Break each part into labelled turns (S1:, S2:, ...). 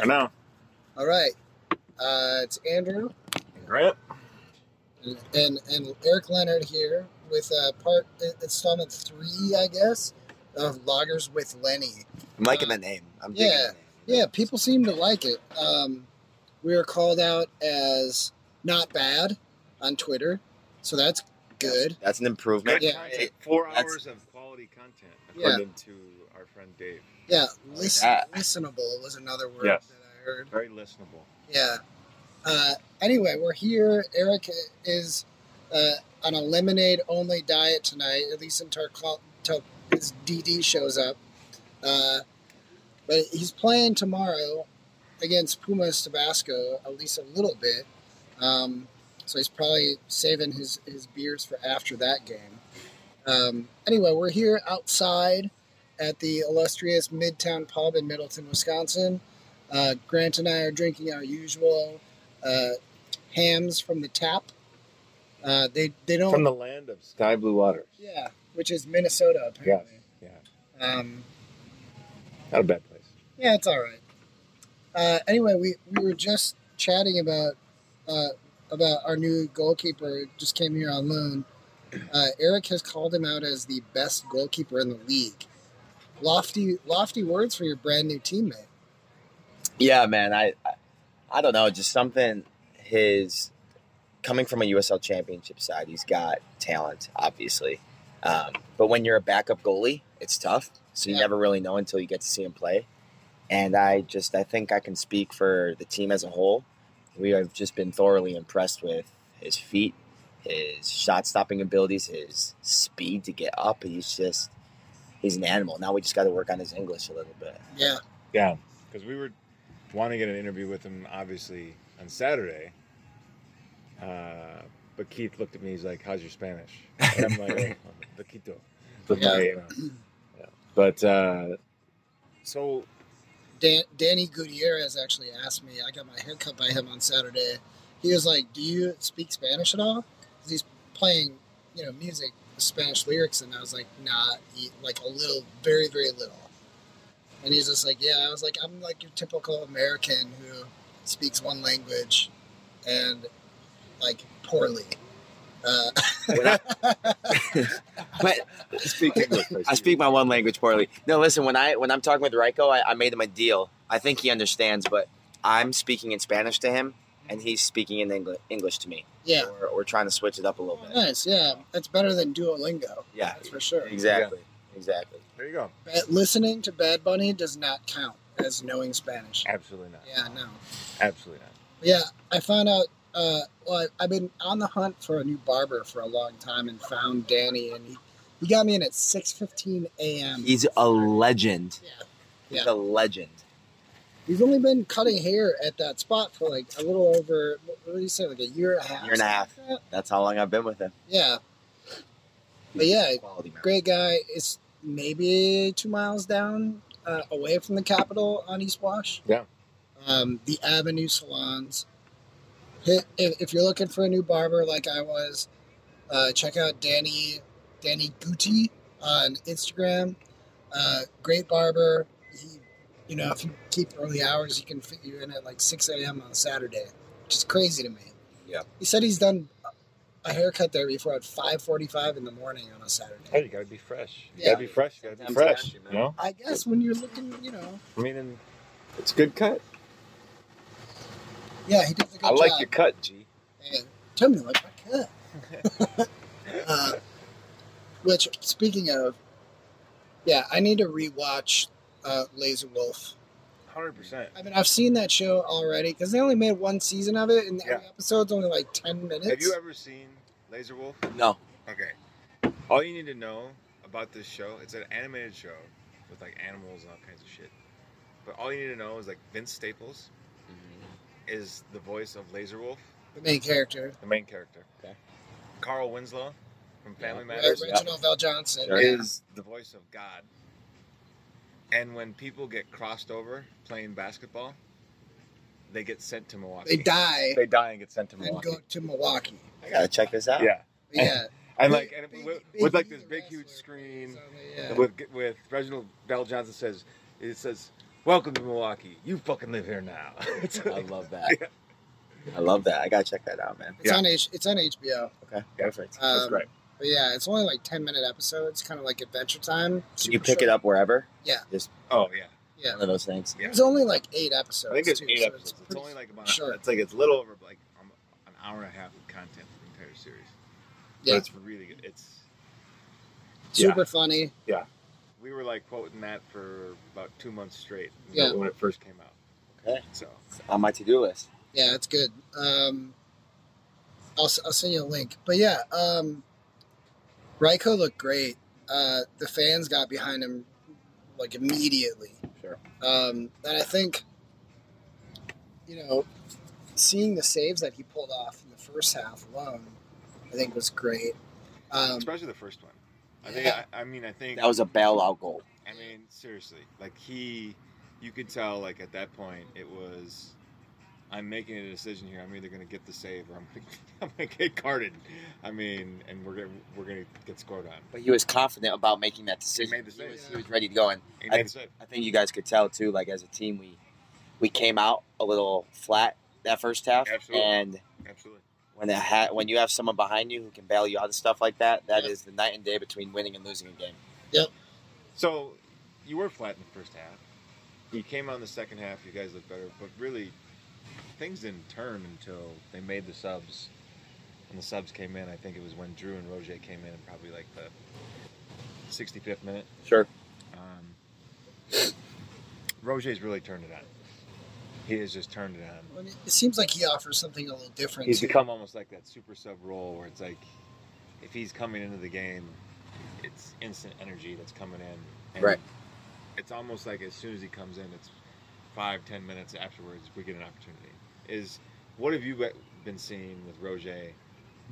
S1: I know.
S2: All right. Uh, it's Andrew
S1: Grant.
S2: and and Eric Leonard here with uh, part installment three, I guess, of Loggers with Lenny.
S3: I'm liking the name. I'm digging
S2: yeah.
S3: the name.
S2: Yeah, people seem to like it. Um, we were called out as not bad on Twitter, so that's good.
S3: That's an improvement.
S2: Yeah.
S3: It-
S4: Four
S3: That's-
S4: hours of quality content,
S2: Yeah.
S4: according to our friend Dave.
S2: Yeah, listen,
S3: that.
S2: listenable was another word
S1: Yes.
S2: that I heard.
S4: Very listenable.
S2: Yeah. Uh, anyway, we're here. Eric is uh, on a lemonade only diet tonight, at least until, call, until his DD shows up. Uh, but he's playing tomorrow against Pumas Tabasco, at least a little bit. Um, so he's probably saving his, his beers for after that game. Um, anyway, we're here outside at the illustrious Midtown Pub in Middleton, Wisconsin. Uh, Grant and I are drinking our usual uh, hams from the tap. Uh, they they don't
S4: From the land of sky blue waters.
S2: yeah, which is Minnesota apparently.
S4: Yes,
S2: yeah. Um,
S4: Not a bad place.
S2: yeah, it's all right. Uh, anyway, we, we were just chatting about uh, about our new goalkeeper. who Just came here on loan. Uh, Eric has called him out as the best goalkeeper in the league. Lofty lofty words for your brand new teammate.
S3: Yeah, man. I, I, I don't know. Just something. His coming from a USL Championship side, he's got talent, obviously. Um, but when you're a backup goalie, it's tough. So you
S2: Yeah.
S3: never really know until you get to see him play. And I just, I think I can speak for the team as a whole. We have just been thoroughly impressed with his feet, his shot stopping abilities, his speed to get up. He's just, he's an animal. Now we just got to work on his English a little bit.
S2: Yeah,
S4: Yeah, because we were wanting to get an interview with him, obviously, on Saturday. Uh, but Keith looked at me. He's like, "How's your Spanish?" And I'm like, "Oh, "Poquito." But,
S2: Yeah.
S4: yeah. but uh, so
S2: Dan, Danny Gutierrez actually asked me. I got my hair cut by him on Saturday. He was like, "Do you speak Spanish at all?" 'Cause he's playing, you know, music with Spanish lyrics, and I was like, "Nah, e- like a little, very, very little." And he's just like, "Yeah." I was like, "I'm like your typical American who speaks one language, and like poorly." Uh,
S3: We're not- but
S4: speak English.
S3: I speak my one language poorly. No, listen. When I when I'm talking with Ryko, I, I made him a deal. I think he understands, but I'm speaking in Spanish to him, and he's speaking in English English to me.
S2: yeah,
S3: We're, we're trying to switch it up a little bit.
S2: nice. Yeah, that's better than Duolingo.
S3: Yeah,
S2: That's for sure.
S3: exactly, exactly.
S4: There you go.
S2: Ba- listening to Bad Bunny does not count as knowing Spanish.
S4: Absolutely not.
S2: Yeah, no.
S4: Absolutely not.
S2: Yeah, I found out. Uh, well, I- I've been on the hunt for a new barber for a long time, and found Danny, and he, he got me in at six fifteen a.m.
S3: He's a legend.
S2: Yeah.
S3: He's
S2: Yeah.
S3: a legend.
S2: He's only been cutting hair at that spot for like a little over what what do you say, like a year and a half.
S3: Year and a half.
S2: something like that?
S3: That's how long I've been with him.
S2: Yeah, but yeah,
S3: Quality man.
S2: great guy. It's maybe two miles down uh, away from the Capitol on East Wash.
S4: Yeah.
S2: Um, the Avenue Salons. Hi- If, if you're looking for a new barber like I was, uh, check out Danny Danny Guti on Instagram. Uh, great barber. He, you know, if you keep early hours, he can fit you in at like 6 a.m. on Saturday, which is crazy to me.
S3: Yeah.
S2: He said he's done a haircut there before at 5:45 in the morning on a Saturday.
S4: Hey, you gotta be fresh. You
S2: Yeah.
S4: gotta be fresh. You gotta be
S3: Sometimes
S4: fresh.
S3: you have to, man.
S4: you know.
S2: I guess when you're looking, you know.
S4: I mean, and it's a good cut.
S2: Yeah, he does a good
S4: I like
S2: job.
S4: your cut,
S5: Um,
S4: G.
S2: And tell me like my cut. uh, which, speaking of, yeah, I need to rewatch uh, Laser Wolf.
S4: Hundred percent.
S2: I mean, I've seen that show already because they only made one season of it, and every
S4: Yeah.
S2: episode's only like ten minutes.
S4: Have you ever seen Laser Wolf?
S3: No,
S4: Okay. All you need to know about this show, it's an animated show with like animals and all kinds of shit. But all you need to know is like Vince Staples is the voice of Laser Wolf,
S2: the main character,
S4: the main character.
S3: Okay.
S4: Carl Winslow from Family
S2: Re-
S4: Matters
S3: yeah.
S2: Reginald Val Johnson?
S3: Sure.
S2: Yeah.
S4: is the voice of God. And when people get crossed over playing basketball, they get sent to Milwaukee.
S2: They die
S4: They die and get sent to
S2: and
S4: Milwaukee.
S2: go to Milwaukee.
S3: I gotta check this out.
S4: yeah.
S2: Yeah,
S4: And
S2: Big-
S4: like and
S2: Big-
S4: with,
S2: Big
S4: with like
S2: E,
S4: this
S2: the
S4: big huge
S2: wrestler,
S4: screen
S2: plays on the- yeah.
S4: with with Reginald Bell Johnson says it says Welcome to Milwaukee. You fucking live here now. It's
S3: I
S4: like-
S3: love that. I love that. I gotta check that out, man.
S2: It's
S4: Yeah.
S2: on H. It's on HBO.
S3: Okay, perfect.
S4: That's
S2: Um,
S4: great.
S2: But yeah, it's only like ten minute episodes, kind of like Adventure Time.
S3: Can you pick it up wherever?
S2: Yeah.
S3: Just
S4: Oh yeah.
S2: Yeah,
S3: one of those things.
S4: Yeah.
S2: it was only like eight episodes.
S4: I think there's
S2: too,
S4: eight
S2: so
S4: episodes. It's,
S2: pretty-
S4: only like about
S2: short.
S4: it's like it's little over like um, an hour and a half of content for the entire series.
S2: Yeah.
S4: But it's really good. It's yeah.
S2: super funny.
S4: we were like quoting that for about two months straight
S2: Yeah.
S4: when it first came out.
S3: Okay.
S4: So
S3: It's on my to-do list.
S2: Yeah, it's good. Um, I'll s- I'll send you a link. But yeah, um, Ryko looked great. Uh, the fans got behind him like immediately.
S3: Sure.
S2: Um, and I think, you know, seeing the saves that he pulled off in the first half alone, I think was great. Um,
S4: especially the first one. I think
S2: Yeah.
S4: I, I mean I think
S3: That was a bailout goal.
S4: I mean, seriously, like he, you could tell, like at that point, it was, I'm making a decision here. I'm either going to get the save or I'm going to I'm gonna get carded. I mean, and we're gonna we're going to get scored on.
S3: But he was confident about making that decision.
S4: made the
S3: He was,
S2: save.
S3: he was ready to go, and
S4: He
S3: I-
S4: made the save.
S3: I think you guys could tell too. Like as a team, we we came out a little flat that first half,
S4: Absolutely.
S3: and
S4: Absolutely.
S3: when it ha- when you have someone behind you who can bail you out of stuff like that, that is
S2: Yeah.
S3: the night and day between winning and losing a game.
S4: So you were flat in the first half. You came on the second half. You guys looked better, but really, things didn't turn until they made the subs. When the subs came in, I think it was when Drew and Roger came in, probably like the 65th minute.
S3: Sure.
S4: Um, Roger's really turned it on. He has just turned it on.
S2: when it it seems like he offers something a little different.
S4: He's
S2: too.
S4: become almost like that super sub role where it's like, if he's coming into the game, it's instant energy that's coming in. And
S3: Right.
S4: It's almost like as soon as he comes in, it's five, ten minutes afterwards we get an opportunity. Is what have you be- been seeing with Roger,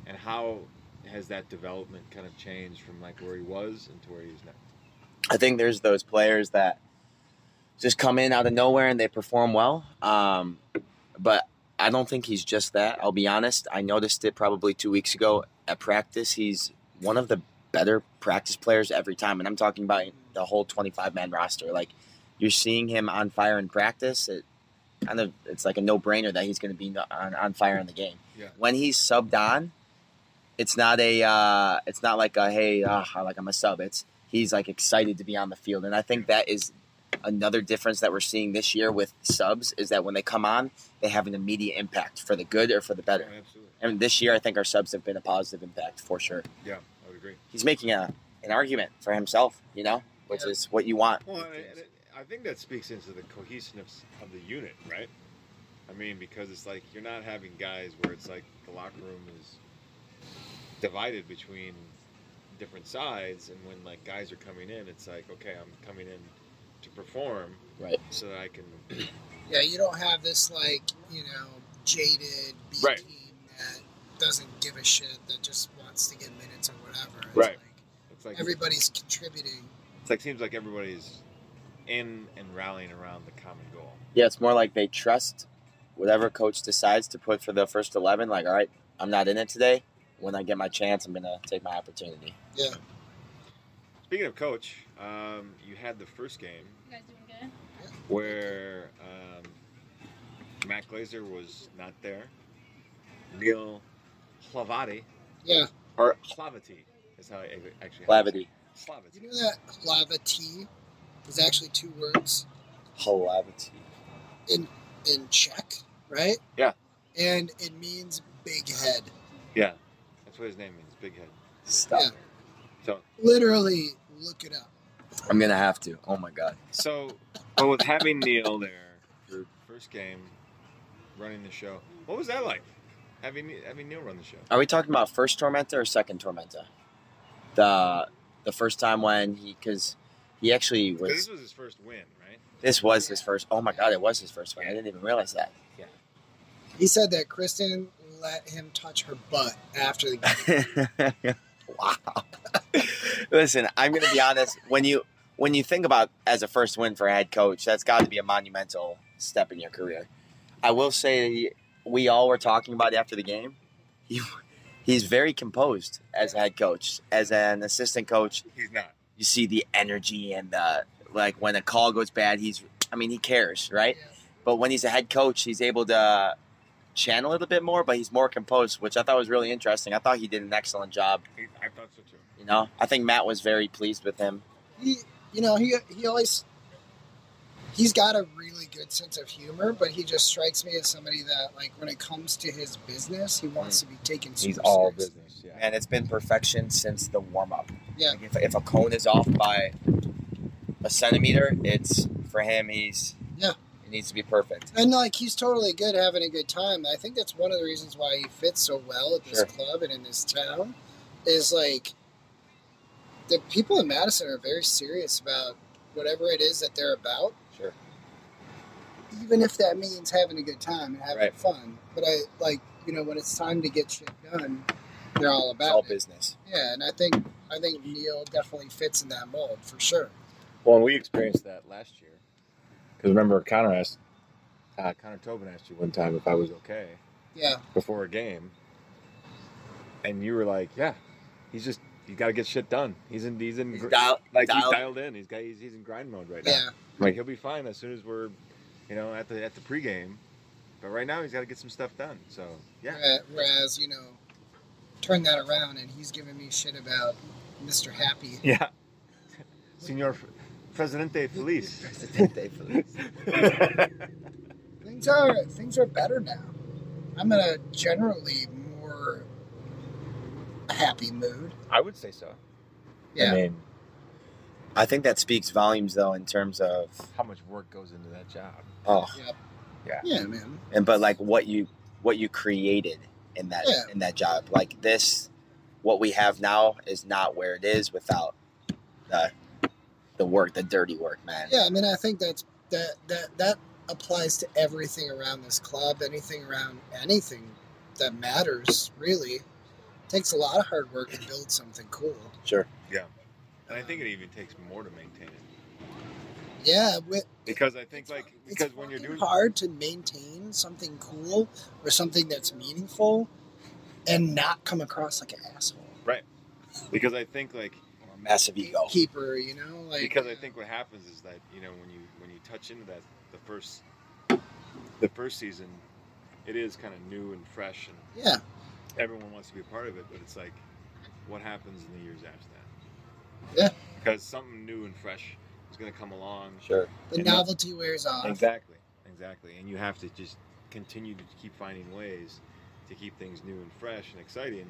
S4: and how has that development kind of changed from like where he was and to where he is now?
S3: I think there's those players that just come in out of nowhere and they perform well. Um, but I don't think he's just that. I'll be honest. I noticed it probably two weeks ago at practice. He's one of the better practice players every time, and I'm talking about the whole 25 man roster. Like you're seeing him on fire in practice. It kind of it's like a no brainer that he's going to be on, on fire in the game.
S4: Yeah.
S3: When he's subbed on, it's not a uh, it's not like a hey uh, like I'm a sub. It's he's like excited to be on the field, and I think that is another difference that we're seeing this year with subs is that when they come on, they have an immediate impact for the good or for the better.
S4: Oh, absolutely.
S3: And this year, I think our subs have been a positive impact for sure.
S4: Yeah, I would agree.
S3: He's making a an argument for himself, you know, which
S2: Yeah.
S3: is what you want.
S4: Well, and, and it, I think that speaks into the cohesiveness of the unit, right? I mean, because it's like you're not having guys where it's like the locker room is divided between different sides, and when like guys are coming in, it's like, okay, I'm coming in to perform,
S3: Right.
S4: So that I can,
S2: Yeah, you don't have this like you know jaded B
S4: Right.
S2: team that doesn't give a shit that just wants to get minutes or whatever. It's
S4: Right.
S2: Like
S4: it's like
S2: everybody's contributing.
S4: it's like seems like everybody's in and rallying around the common goal.
S3: Yeah, it's more like they trust whatever coach decides to put for the first eleven. Like, all right, I'm not in it today. When I get my chance, I'm gonna take my opportunity.
S2: Yeah.
S4: Speaking of coach, um, you had the first game
S1: You guys doing good?
S4: where um, Matt Glazer was not there. Neil Clavati,
S2: Yeah.
S4: or Clavati is how I ac- actually
S3: Blavity.
S2: You
S4: Clavati.
S2: know that lava tea is actually two words
S3: Blavity.
S2: in Czech, right?
S4: Yeah.
S2: And it means big head.
S4: Yeah, that's what his name means, Big Head.
S3: Stop.
S2: Yeah.
S4: So,
S2: Literally, look it up.
S3: I'm gonna have to. Oh my god.
S4: so, but with having Neil there, your first game, running the show, what was that like? Having having Neil run the show.
S3: Are we talking about first tormentor or second tormentor? The the first time when he because he actually
S4: 'Cause This
S3: was
S4: was his first win, right?
S3: this was his first. Oh my god, it was his first one. I didn't even realize that.
S2: He said that Kristen let him touch her butt after the game.
S3: wow. Listen, I'm gonna be honest. When you when you think about as a first win for a head coach, that's got to be a monumental step in your career. I will say we all were talking about after the game. He, he's very composed as a head coach, as an assistant coach.
S4: He's not.
S3: you see the energy and the like when a call goes bad he's I mean, he cares, right?
S2: Yeah.
S3: But when he's a head coach, he's able to channel it a bit more, but he's more composed, which I thought was really interesting. I thought he did an excellent job.
S4: He- I thought so too.
S3: You know, I think Matt was very pleased with him.
S2: he you know he he always he's got a really good sense of humor but he just strikes me as somebody that like when it comes to his business he wants to be taken super
S3: Mm. He's all
S2: serious.
S4: business. Yeah.
S3: And it's been perfection since the warm up.
S2: Yeah.
S3: Like if, if a cone is off by a centimeter, it's for him, he's.
S2: Yeah.
S3: It needs to be perfect.
S2: and like he's totally good having a good time i think that's one of the reasons why he fits so well at this
S3: Sure.
S2: club and in this town is like the people in madison are very serious about whatever it is that they're about
S3: Sure.
S2: even if that means having a good time and having
S3: Right.
S2: fun. But I like, you know, when it's time to get shit done, they're all
S3: It's
S2: about
S3: all
S2: it.
S3: business.
S2: Yeah, and I think I think Neil definitely fits in that mold for sure.
S4: Well, and we experienced that last year. Because remember, Connor asked, uh, Connor Tobin asked you one time if I was okay
S2: Yeah,
S4: before a game, and you were like, "Yeah, he's just he's got to get shit done. He's in he's in
S3: He's
S4: gr-
S3: dial-
S4: like
S3: dialed-
S4: he's dialed in. He's got he's, he's in grind mode right now.
S2: yeah,
S4: I'm Like he'll be fine as soon as we're, you know, at the at the pregame. But right now he's got to get some stuff done. So yeah,
S2: Whereas- Whereas you know, turn that around, and he's giving me shit about Mr. Happy.
S4: yeah. Senor F- Presidente Feliz.
S3: Presidente Feliz.
S2: Things are things are better now. I'm in a generally more happy mood.
S4: I would say so.
S2: Yeah,
S4: I mean,
S3: I think that speaks volumes, though, in terms of
S4: how much work goes into that job?
S3: oh,
S2: yeah, man.
S3: and but like what you what you created in that
S2: Yeah.
S3: in that job like this what we have now is not where it is without the the work the dirty work man
S2: Yeah, I mean, I think that's that that that applies to everything around this club, anything around anything that matters. Really, takes a lot of hard work to build something cool.
S3: sure
S4: And I
S2: Um,
S4: think it even takes more to maintain it
S2: Yeah, with,
S4: because I think
S2: It's
S4: like
S2: fu-
S4: because
S2: it's
S4: when you're
S2: fucking
S4: doing
S2: hard to maintain something cool or something that's meaningful, and not come across like an asshole
S4: because I think like
S3: massive ego
S2: gatekeeper. You know, like
S4: because I think what happens is that you know when you when you touch into that the first the first season it is kind of new and fresh and
S2: yeah,
S4: everyone wants to be a part of it but it's like what happens in the years after that
S2: Yeah.
S4: because something new and fresh is going to come along
S3: sure
S2: the
S4: and-
S2: novelty wears off.
S4: exactly exactly and you have to just continue to keep finding ways to keep things new and fresh and exciting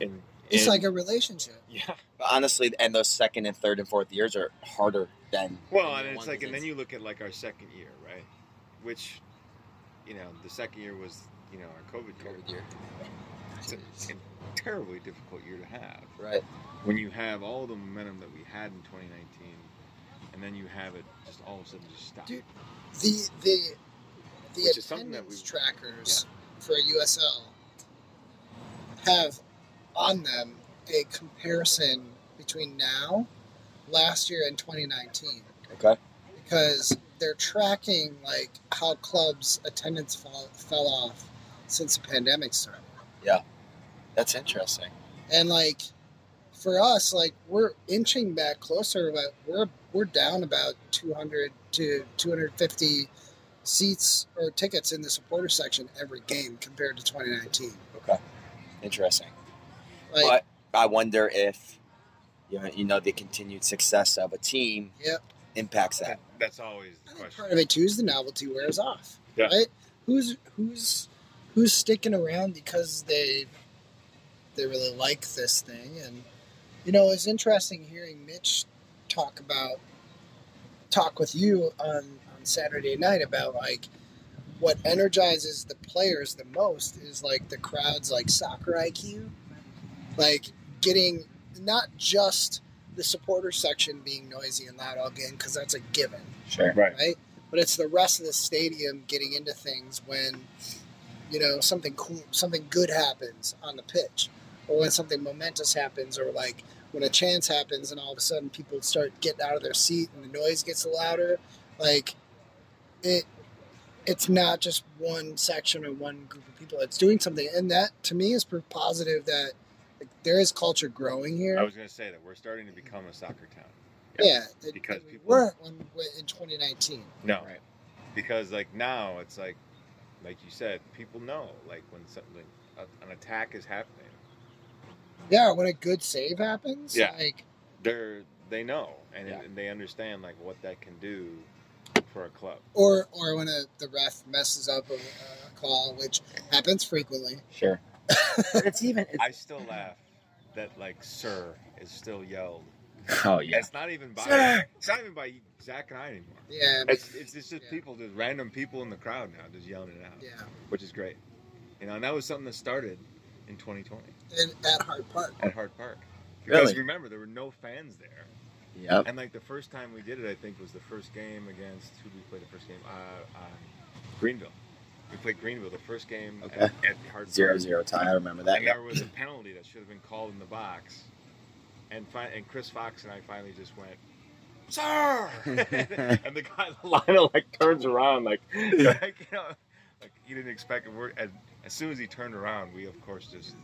S4: and
S2: It's
S4: and-
S2: like a relationship.
S4: yeah
S3: but honestly and those second and third and fourth years are harder than
S4: Well,
S3: than
S4: and
S3: the
S4: it's
S3: ones
S4: like, and then
S3: that's-
S4: you look at like our second year, right? Which, you know, the second year was, you know, our COVID year.
S3: COVID year.
S4: It's a, a terribly difficult year to have
S3: right
S4: when you have all the momentum that we had in 2019, and then you have it just all of a sudden just stop.
S2: Dude, the the the
S4: Which is something
S2: attendance
S4: that we-
S2: trackers for USL have on them a comparison between now, last year, and 2019
S3: okay
S2: because they're tracking like how clubs' attendance fall, fell off since the pandemic started,
S3: that's interesting
S2: and like for us, like we're inching back closer, but we're we're down about 200 to 250 seats or tickets in the supporter section every game compared to 2019.
S3: okay interesting
S2: Like,
S3: but I wonder if you know, you know the continued success of a team
S2: Yep.
S3: impacts that
S4: That's always
S2: I
S4: the
S2: think
S4: question.
S2: part of it too is the novelty wears off,
S4: Yeah.
S2: right? Who's who's who's sticking around because they they really like this thing, and you know it's interesting hearing Mitch talk about talk with you on on Saturday night about like what energizes the players the most is like the crowd's like soccer IQ, like getting not just the supporter section being noisy and loud all game because that's a given
S3: sure
S4: Right.
S2: right? But it's the rest of the stadium getting into things when, you know, something cool, something good happens on the pitch, or when something momentous happens, or like when a chance happens, and all of a sudden people start getting out of their seat and the noise gets louder. Like, it, it's not just one section or one group of people that's doing something, and that to me is proof positive that like, there is culture growing here.
S4: I was going to say that we're starting to become a soccer town.
S2: Yeah, it-
S4: Because
S2: we
S4: people-
S2: weren't when, when- in 2019.
S4: No,
S3: Right.
S4: because like now it's like, like you said, people know like when something a, an attack is happening,
S2: Yeah, when a good save happens,
S4: Yeah.
S2: like
S4: they're they know and,
S3: Yeah.
S4: and they understand like what that can do for a club.
S2: or or when a, the ref messes up a, a call, which happens frequently.
S3: Sure. But it's even. It's,
S4: I still laugh that like "sir" is still yelled.
S3: oh yeah.
S4: It's not even by
S3: Sir.
S4: it's not even by Zach and I anymore.
S2: Yeah,
S4: It's it's, it's just
S2: Yeah.
S4: people, just random people in the crowd now, just yelling it out,
S2: yeah,
S4: which is great. You know, and that was something that started in 2020
S2: and at Hart Park.
S4: at Hart Park. Because
S3: Oh. Really?
S4: remember, there were no fans there.
S3: Yep.
S4: And like the first time we did it, I think was the first game against who did we play the first game? Uh, uh, Greenville. We played Greenville the first game
S3: Okay.
S4: at, at Hard
S3: Zero
S4: Park.
S3: zero tie. I remember that.
S4: And
S3: Yep.
S4: there was a penalty that should have been called in the box, and fi- and Chris Fox and I finally just went, "Sir!" and the guy Lionel like turns around like, like you know, like he didn't expect a word. And as soon as he turned around, we of course just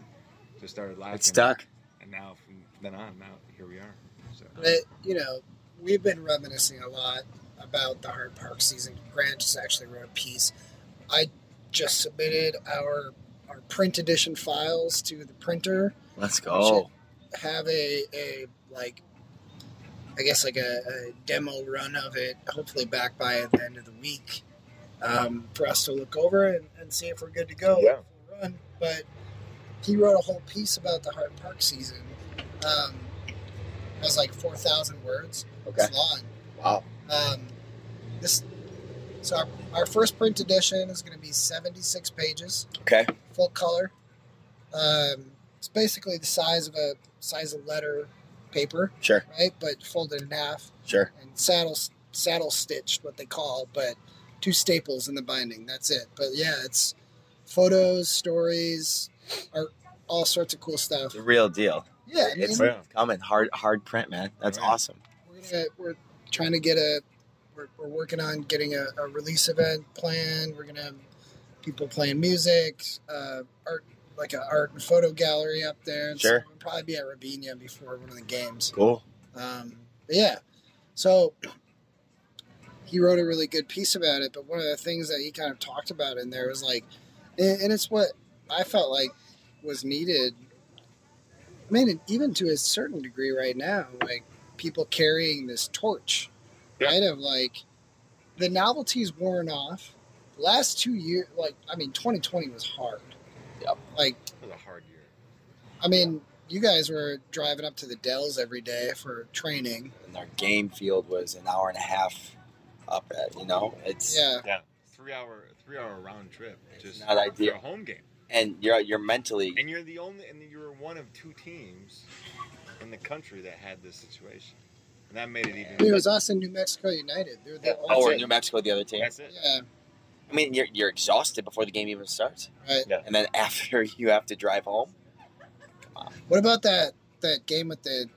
S4: just started laughing.
S3: It stuck.
S4: And now from then on, now here we are. So
S2: But you know, we've been reminiscing a lot about the Hart Park season. Grant just actually wrote a piece. I just submitted our our print edition files to the printer.
S3: Let's go.
S2: Have a a like. I guess like a, a demo run of it, hopefully back by at the end of the week, um, for us to look over and, and see if we're good to go.
S4: Yeah.
S2: Run. But he wrote a whole piece about the Hart Park season. Um, it was like four thousand words.
S3: Okay.
S2: It's long.
S3: Wow.
S2: Um, this so our, our first print edition is going to be seventy six pages,
S3: Okay.
S2: full color. Um, it's basically the size of a size of letter paper,
S3: Sure.
S2: right? But folded in half
S3: Sure.
S2: and saddle saddle stitched, what they call, but two staples in the binding. That's it. But yeah, it's photos, stories, art, all sorts of cool stuff.
S3: The real deal.
S2: Yeah, I mean,
S3: It's
S4: Yeah.
S3: coming hard. Hard print, man. That's
S4: Yeah.
S3: awesome.
S2: we're gonna we're trying to get a we're, we're working on getting a, a release event planned we're gonna have people playing music uh, art like an art and photo gallery up there and
S3: Sure.
S2: so we'll probably be at Rabinia before one of the games
S3: Cool.
S2: um, but yeah so he wrote a really good piece about it but one of the things that he kind of talked about in there was like and and it's what i felt like was needed I mean, and even to a certain degree right now, like people carrying this torch,
S4: Yeah.
S2: right? Of like the novelty's worn off. Last two years, like, I mean, 2020 was hard.
S3: Yep.
S2: Like,
S4: it was a hard year.
S2: I mean, you guys were driving up to the Dells every day for training.
S3: And our game field was an hour and a half up at. You know, it's
S2: Yeah.
S4: Yeah, three hour three hour round trip.
S3: It's
S4: Just
S3: not ideal.
S4: for a home game.
S3: and you're you're mentally
S4: And you're the only, and you're one of two teams in the country that had this situation, and that made it
S2: I mean,
S4: even.
S2: it was us and New Mexico United. They were the
S3: oh,
S2: only
S3: or
S4: it.
S3: New Mexico, the other team.
S4: That's it.
S2: Yeah.
S3: I mean, you're you're exhausted before the game even starts,
S2: Right.
S4: Yeah.
S3: and then after you have to drive home.
S2: What about that that game with the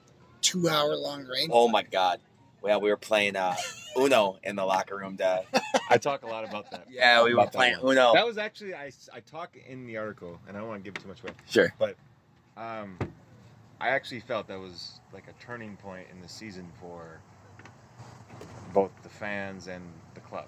S2: two hour long rain?
S3: Oh my God! Well, we were playing uh, Uno in the locker room. uh, Dad.
S4: I talk a lot about that.
S3: Yeah, we were
S4: About that
S3: playing
S4: one.
S3: Uno.
S4: That was actually I, I talk in the article, and I don't want to give too much away.
S3: Sure.
S4: Um, I actually felt that was like a turning point in the season for both the fans and the club,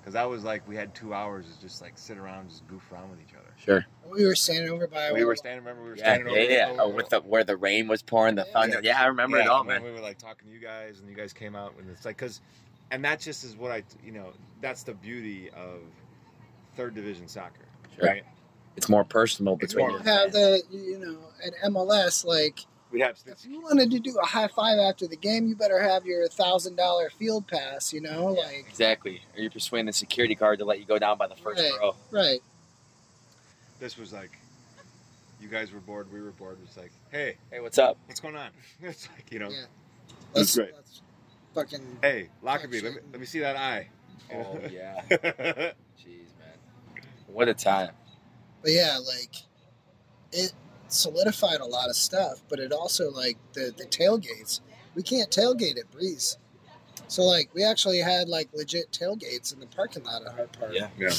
S4: because that was like we had two hours to just like sit around, just goof around with each other.
S3: Sure.
S2: We were standing over by
S4: We were standing. Remember, we were
S3: Yeah,
S4: standing
S3: yeah,
S4: over.
S3: yeah.
S4: over-
S3: Oh, with the where the rain was pouring, the
S2: Yeah.
S3: thunder. Yeah, I remember it
S4: Yeah,
S3: all,
S4: and then
S3: man.
S4: We were like talking to you guys, and you guys came out, and it's like, cause, and that just is what I, you know, that's the beauty of third division soccer,
S3: Sure.
S4: right?
S3: It's more personal
S4: It's
S3: between
S4: more-
S3: you.
S2: you have the you know at MLS like
S4: We have
S2: if you wanted to do a high five after the game, you better have your thousand dollar field pass. You know, like
S3: Exactly. Or you're persuading the security guard to let you go down by the first
S2: Right.
S3: row.
S2: right,
S4: this was like, you guys were bored, we were bored. It's like, hey,
S3: Hey, what's up?
S4: what's going on? It's like, you know,
S2: Yeah.
S4: That's great.
S2: let's fucking
S4: hey, Lockerbie, let me, let me see that eye.
S3: Oh yeah.
S4: yeah,
S3: Jeez, man. What a time.
S2: but yeah, like it solidified a lot of stuff, but it also like the the tailgates. We can't tailgate at Breeze, so like we actually had like legit tailgates in the parking lot at Hart Park.
S3: Yeah.
S4: and,
S2: and,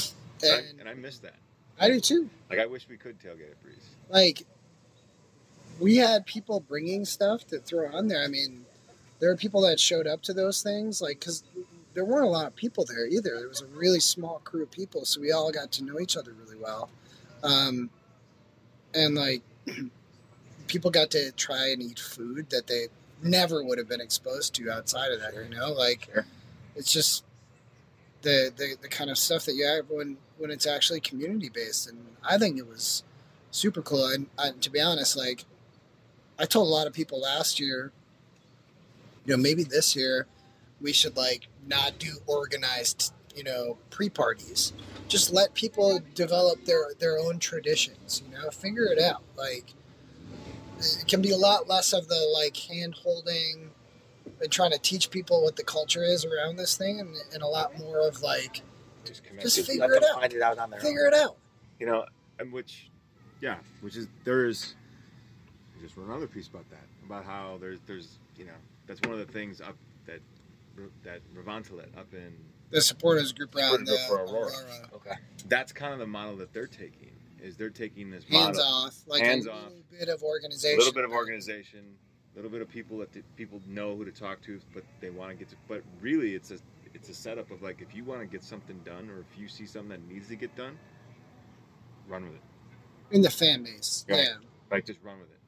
S4: I- and I missed that.
S2: I do too.
S4: Like, I wish we could tailgate at Breeze.
S2: like we had people bringing stuff to throw on there. I mean, there were people that showed up to those things, like because there weren't a lot of people there either. There was a really small crew of people, so we all got to know each other really well, um, and like people got to try and eat food that they never would have been exposed to outside of that. You know, like
S3: Sure.
S2: it's just the, the the kind of stuff that you have when when it's actually community based, and I think it was super cool. And, and to be honest, like I told a lot of people last year, you know, maybe this year we should like not do organized, you know, pre parties. Just let people develop their their own traditions. You know, figure it out. Like it can be a lot less of the like hand holding and trying to teach people what the culture is around this thing and, and a lot more of like
S4: Just connect.
S2: Just
S3: Just
S2: figure
S3: let
S2: it
S3: them
S2: out.
S3: find it out on their
S2: figure it out
S4: you know, and which, yeah, which is there is. I just wrote another piece about that, about how there's there's you know that's one of the things up that that Revantalet up in
S2: the supporters group around
S4: Supporters
S2: uh,
S4: for Aurora.
S2: Aurora.
S3: own. Okay.
S4: that's kind of the model that they're taking is they're taking this
S2: hands
S4: model,
S2: off like
S4: Hands
S2: a
S4: off.
S2: little bit of
S4: a
S2: organization
S4: little bit of organization, a little bit of people that the, people know who to talk to, but they want to get to. But really, it's a it's a setup of like if you want to get something done or if you see something that needs to get done, run with it.
S2: in the fan base
S4: Right.
S2: yeah
S4: Like just run with it.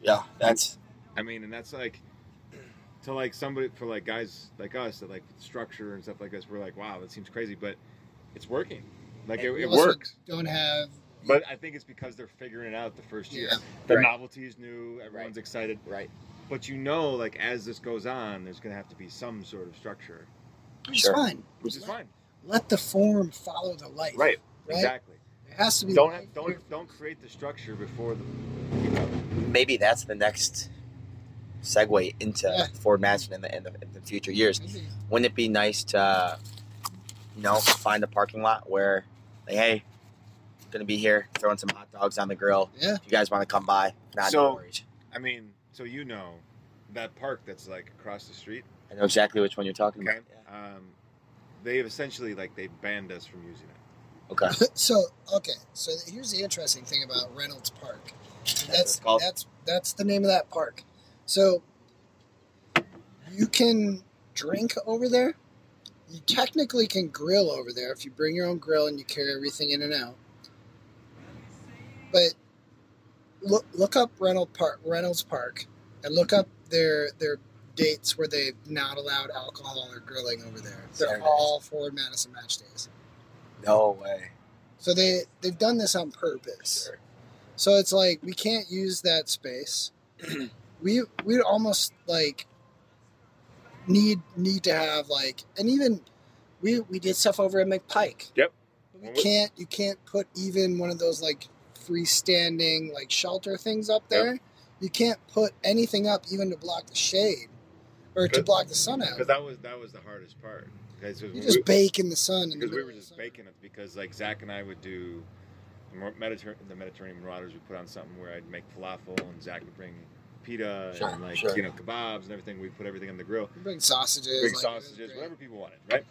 S3: Yeah, that's
S4: I mean, and that's like to like somebody for like guys like us that like structure and stuff like this. We're like, wow, that seems crazy, but it's working. Like it,
S3: And
S4: it
S2: also
S4: works.
S2: don't have
S4: But I think it's because they're figuring it out the first year.
S2: Yeah.
S4: The
S3: Right.
S4: novelty is new. Everyone's excited.
S3: right.
S4: But you know, like as this goes on, there's gonna have to be some sort of structure,
S2: it's
S3: Sure.
S2: fine
S4: which is fine.
S2: let the form follow the light Right.
S4: Exactly.
S2: it has to be
S4: Don't
S2: light.
S4: have, don't don't create the structure before the. You know,
S3: Maybe that's the next segue into
S2: Yeah.
S3: Ford Mansion in the, in the in the future years.
S4: e-
S2: Maybe.
S3: Wouldn't it be nice to, uh, you know, find a parking lot where, like, hey, gonna be here throwing some hot dogs on the grill.
S2: yeah
S3: If you guys want to come by, not
S4: So-
S3: no worries.
S4: I mean, so you know, that park that's like across the street.
S3: I know exactly which one you're talking
S4: Okay.
S3: about.
S4: Um, they've essentially like they banned us from using it.
S3: Okay.
S2: so okay so here's the interesting thing about reynolds park
S3: what it's
S2: that's
S3: called?
S2: that's that's the name of that park so you can drink over there you technically can grill over there if you bring your own grill and you carry everything in and out but look look up reynolds park reynolds park and look up their their dates where they've not allowed alcohol or grilling over there they're
S3: Saturdays.
S2: all forward madison match days
S3: No way.
S2: so they they've done this on purpose.
S3: Sure.
S2: So it's like we can't use that space. we we'd almost like need need to have like and even we we did stuff over at McPike.
S4: Yep.
S2: We can't you can't put even one of those like freestanding like shelter things up there. You can't put anything up even to block the shade or to
S4: Good.
S2: block the sun out.
S4: Because that was that was the hardest part. Because
S2: You
S4: we,
S2: just bake in the sun. in the
S4: because we
S2: middle
S4: were
S2: of the
S4: just
S2: summer.
S4: baking it. Because like Zach and I would do the Mer- Mediter- the Mediterranean Marauders. We put on something where I'd make falafel and Zach would bring pita
S3: Sure,
S4: and like
S3: sure.
S4: you know kebabs and everything. We would put everything on the grill.
S2: We Bring sausages.
S4: Big
S2: like,
S4: sausages,
S2: great.
S4: whatever people wanted, right?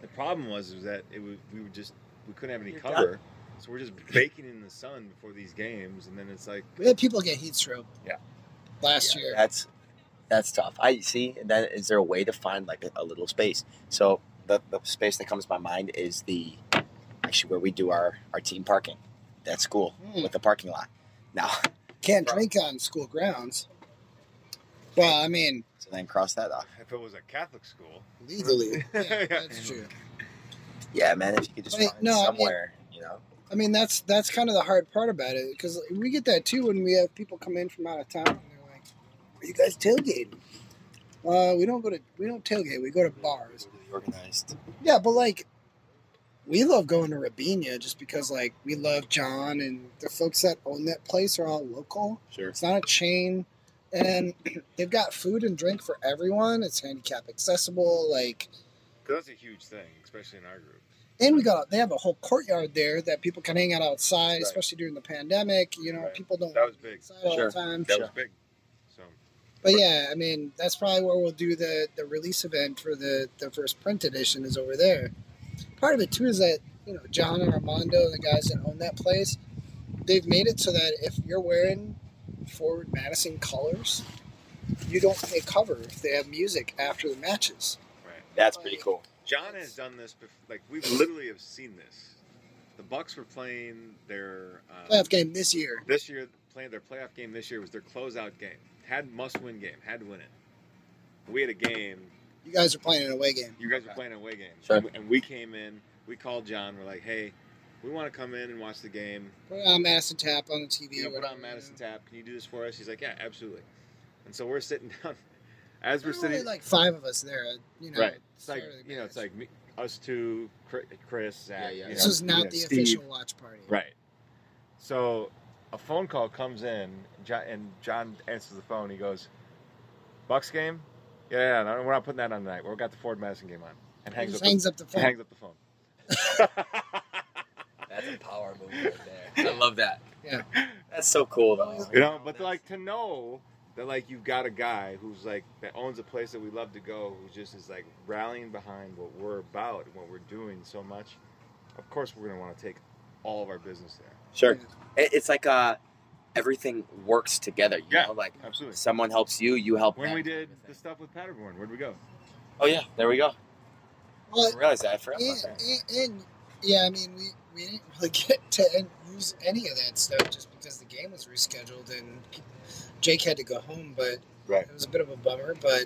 S4: The problem was was that it was we would just we couldn't have any
S3: You're
S4: cover, so we're just baking in the sun before these games, and then it's like
S2: We had people get heat stroke.
S4: Yeah.
S2: Last
S3: Yeah,
S2: year.
S3: That's that's tough. I see. And then is there a way to find like a, a little space? So the, the space that comes to my mind is the actually where we do our our team parking. That's cool
S2: Hmm.
S3: with the parking lot. Now,
S2: Can't drink on school grounds. Well, I mean,
S3: so then cross that off.
S4: if it was a Catholic school,
S2: legally. Yeah, that's true.
S3: Yeah, man. If you could just
S2: Wait,
S3: find
S2: no, I mean-
S3: somewhere, you know.
S2: I mean, that's that's kind of the hard part about it because we get that too when we have people come in from out of town and they're like, "Are you guys tailgating?" Uh, we don't go to we don't tailgate. We go to bars.
S3: really organized.
S2: Yeah, but like, we love going to Rabinia just because like we love John and the folks that own that place are all local.
S3: Sure.
S2: It's not a chain, and they've got food and drink for everyone. It's handicap accessible, like,
S4: Because that's a huge thing, especially in our group.
S2: and we got they have a whole courtyard there that people can hang out outside,
S4: Right.
S2: especially during the pandemic. You know,
S4: Right.
S2: people don't
S4: That was big.
S2: outside all
S3: Sure.
S2: the time.
S4: That
S3: Sure.
S4: was big. So
S2: But yeah, I mean, that's probably where we'll do the the release event for the the first print edition is over there. Part of it too is that you know John and Armando and the guys that own that place, they've made it so that if you're wearing Forward Madison colors, you don't play cover if they have music after the matches.
S4: Right.
S3: That's pretty cool.
S4: John has done this. Before. Like we literally have seen this. The Bucks were playing their uh,
S2: Playoff game this year.
S4: this year. Playing their playoff game this year was their closeout game. Had must-win game. Had to win it. We had a game.
S2: You guys are playing an away game.
S4: You guys were playing away game,
S3: Sure.
S4: and, we, and we came in. We called John. We're like, "Hey, we want to come in and watch the game.
S2: Put on Madison Tap on the TV.
S4: you know, put
S2: whatever,
S4: on Madison Tap. Can you do this for us? He's like, yeah, absolutely. And so we're sitting down. As
S2: There
S4: we're
S2: were only
S4: sitting,
S2: like five of us there. You know,
S4: right? It's like
S2: start of the
S4: you know, it's
S2: match.
S4: like me, us two, Chri- Chris, Zach.
S3: Yeah, yeah,
S4: you
S3: yeah.
S2: this
S4: know,
S2: was not
S4: you know,
S2: the
S4: Steve.
S2: official watch party.
S4: Right. So a phone call comes in, Jo- and John answers the phone. He goes, "Bucks game? Yeah, yeah, no, we're not putting that on tonight. We've got the Ford Madison game on." And
S2: He
S4: hangs up.
S2: just hangs up the
S4: the,
S2: phone.
S4: hangs up the phone.
S3: That's a power move right there. I love that.
S2: Yeah.
S3: That's so cool though.
S4: you know, but like to know that like you've got a guy who's like that owns a place that we love to go, who just is like rallying behind what we're about and what we're doing so much. Of course, we're gonna want to take all of our business there.
S3: Sure. It- It's like uh, everything works together. You
S4: Yeah.
S3: know, like
S4: Absolutely.
S3: someone helps you, you help
S4: When
S3: them.
S4: we did the stuff with Paderborn, where'd we go?
S3: Oh yeah, there we go. I
S2: Well,
S3: didn't realize that. I forgot
S2: and,
S3: about that.
S2: and, and yeah, I mean, we, we didn't really get to en- use any of that stuff just because the game was rescheduled and Jake had to go home. But
S4: Right.
S2: it was a bit of a bummer. But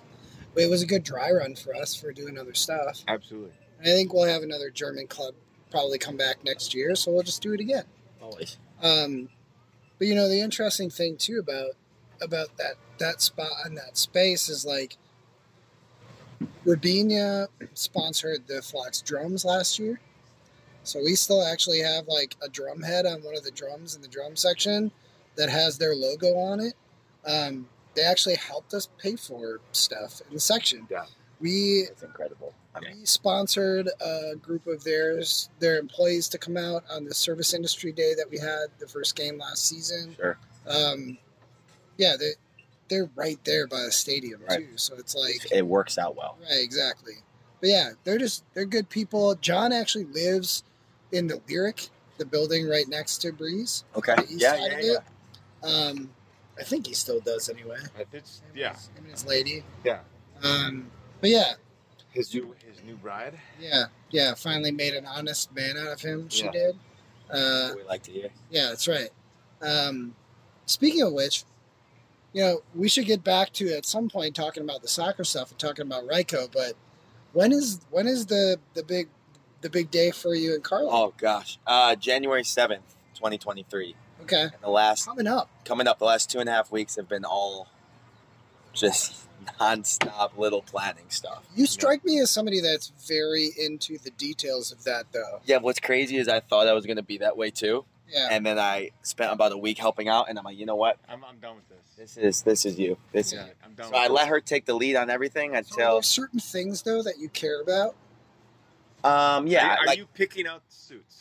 S2: it was a good dry run for us for doing other stuff.
S4: Absolutely.
S2: And I think we'll have another German club probably come back next year, so we'll just do it again.
S3: Always.
S2: Um, but you know, the interesting thing too about about that that spot and that space is like Rabinia sponsored the Flox drums last year, so we still actually have like a drum head on one of the drums in the drum section that has their logo on it. Um, they actually helped us pay for stuff in the section.
S4: Yeah.
S2: We
S3: It's incredible. I mean,
S2: we sponsored a group of theirs, their employees, to come out on the service industry day that we had the first game last season.
S3: sure.
S2: Um, yeah, they they're right there by the stadium
S3: Right.
S2: too, so it's like
S3: It works out well.
S2: right exactly. But yeah, they're just they're good people. John actually lives in the Lyric, the building right next to Breeze.
S3: Okay.
S2: The east
S3: Yeah,
S2: side
S3: yeah,
S2: of
S3: yeah.
S2: it. Um, I think he still does anyway.
S4: It's
S2: Him and
S4: yeah.
S2: his- him and his lady.
S4: Yeah.
S2: Um, but yeah,
S4: His new his new bride.
S2: Yeah, yeah. Finally made an honest man out of him. She
S4: Yeah.
S2: did. Uh,
S3: we like to hear.
S2: yeah, that's right. Um, speaking of which, you know, we should get back to at some point talking about the soccer stuff and talking about Ryko. But when is when is the the big the big day for you and Carlo?
S3: Oh gosh, uh, January seventh, twenty twenty three.
S2: Okay,
S3: And the last
S2: coming up.
S3: coming up, the last two and a half weeks have been all just nonstop little planning stuff.
S2: You strike me as somebody that's very into the details of that, though.
S3: Yeah, what's crazy is I thought I was gonna be that way too,
S2: Yeah,
S3: and then I spent about a week helping out, and I'm like, you know what?
S4: I'm, I'm done with this.
S3: This is this is you. This
S2: Yeah.
S3: is. You.
S4: I'm done.
S3: So
S4: with
S3: I
S4: this.
S3: let her take the lead on everything
S2: so are
S3: until,
S2: there certain things though that you care about.
S3: um, yeah,
S4: Are, are
S3: like
S4: you picking out suits?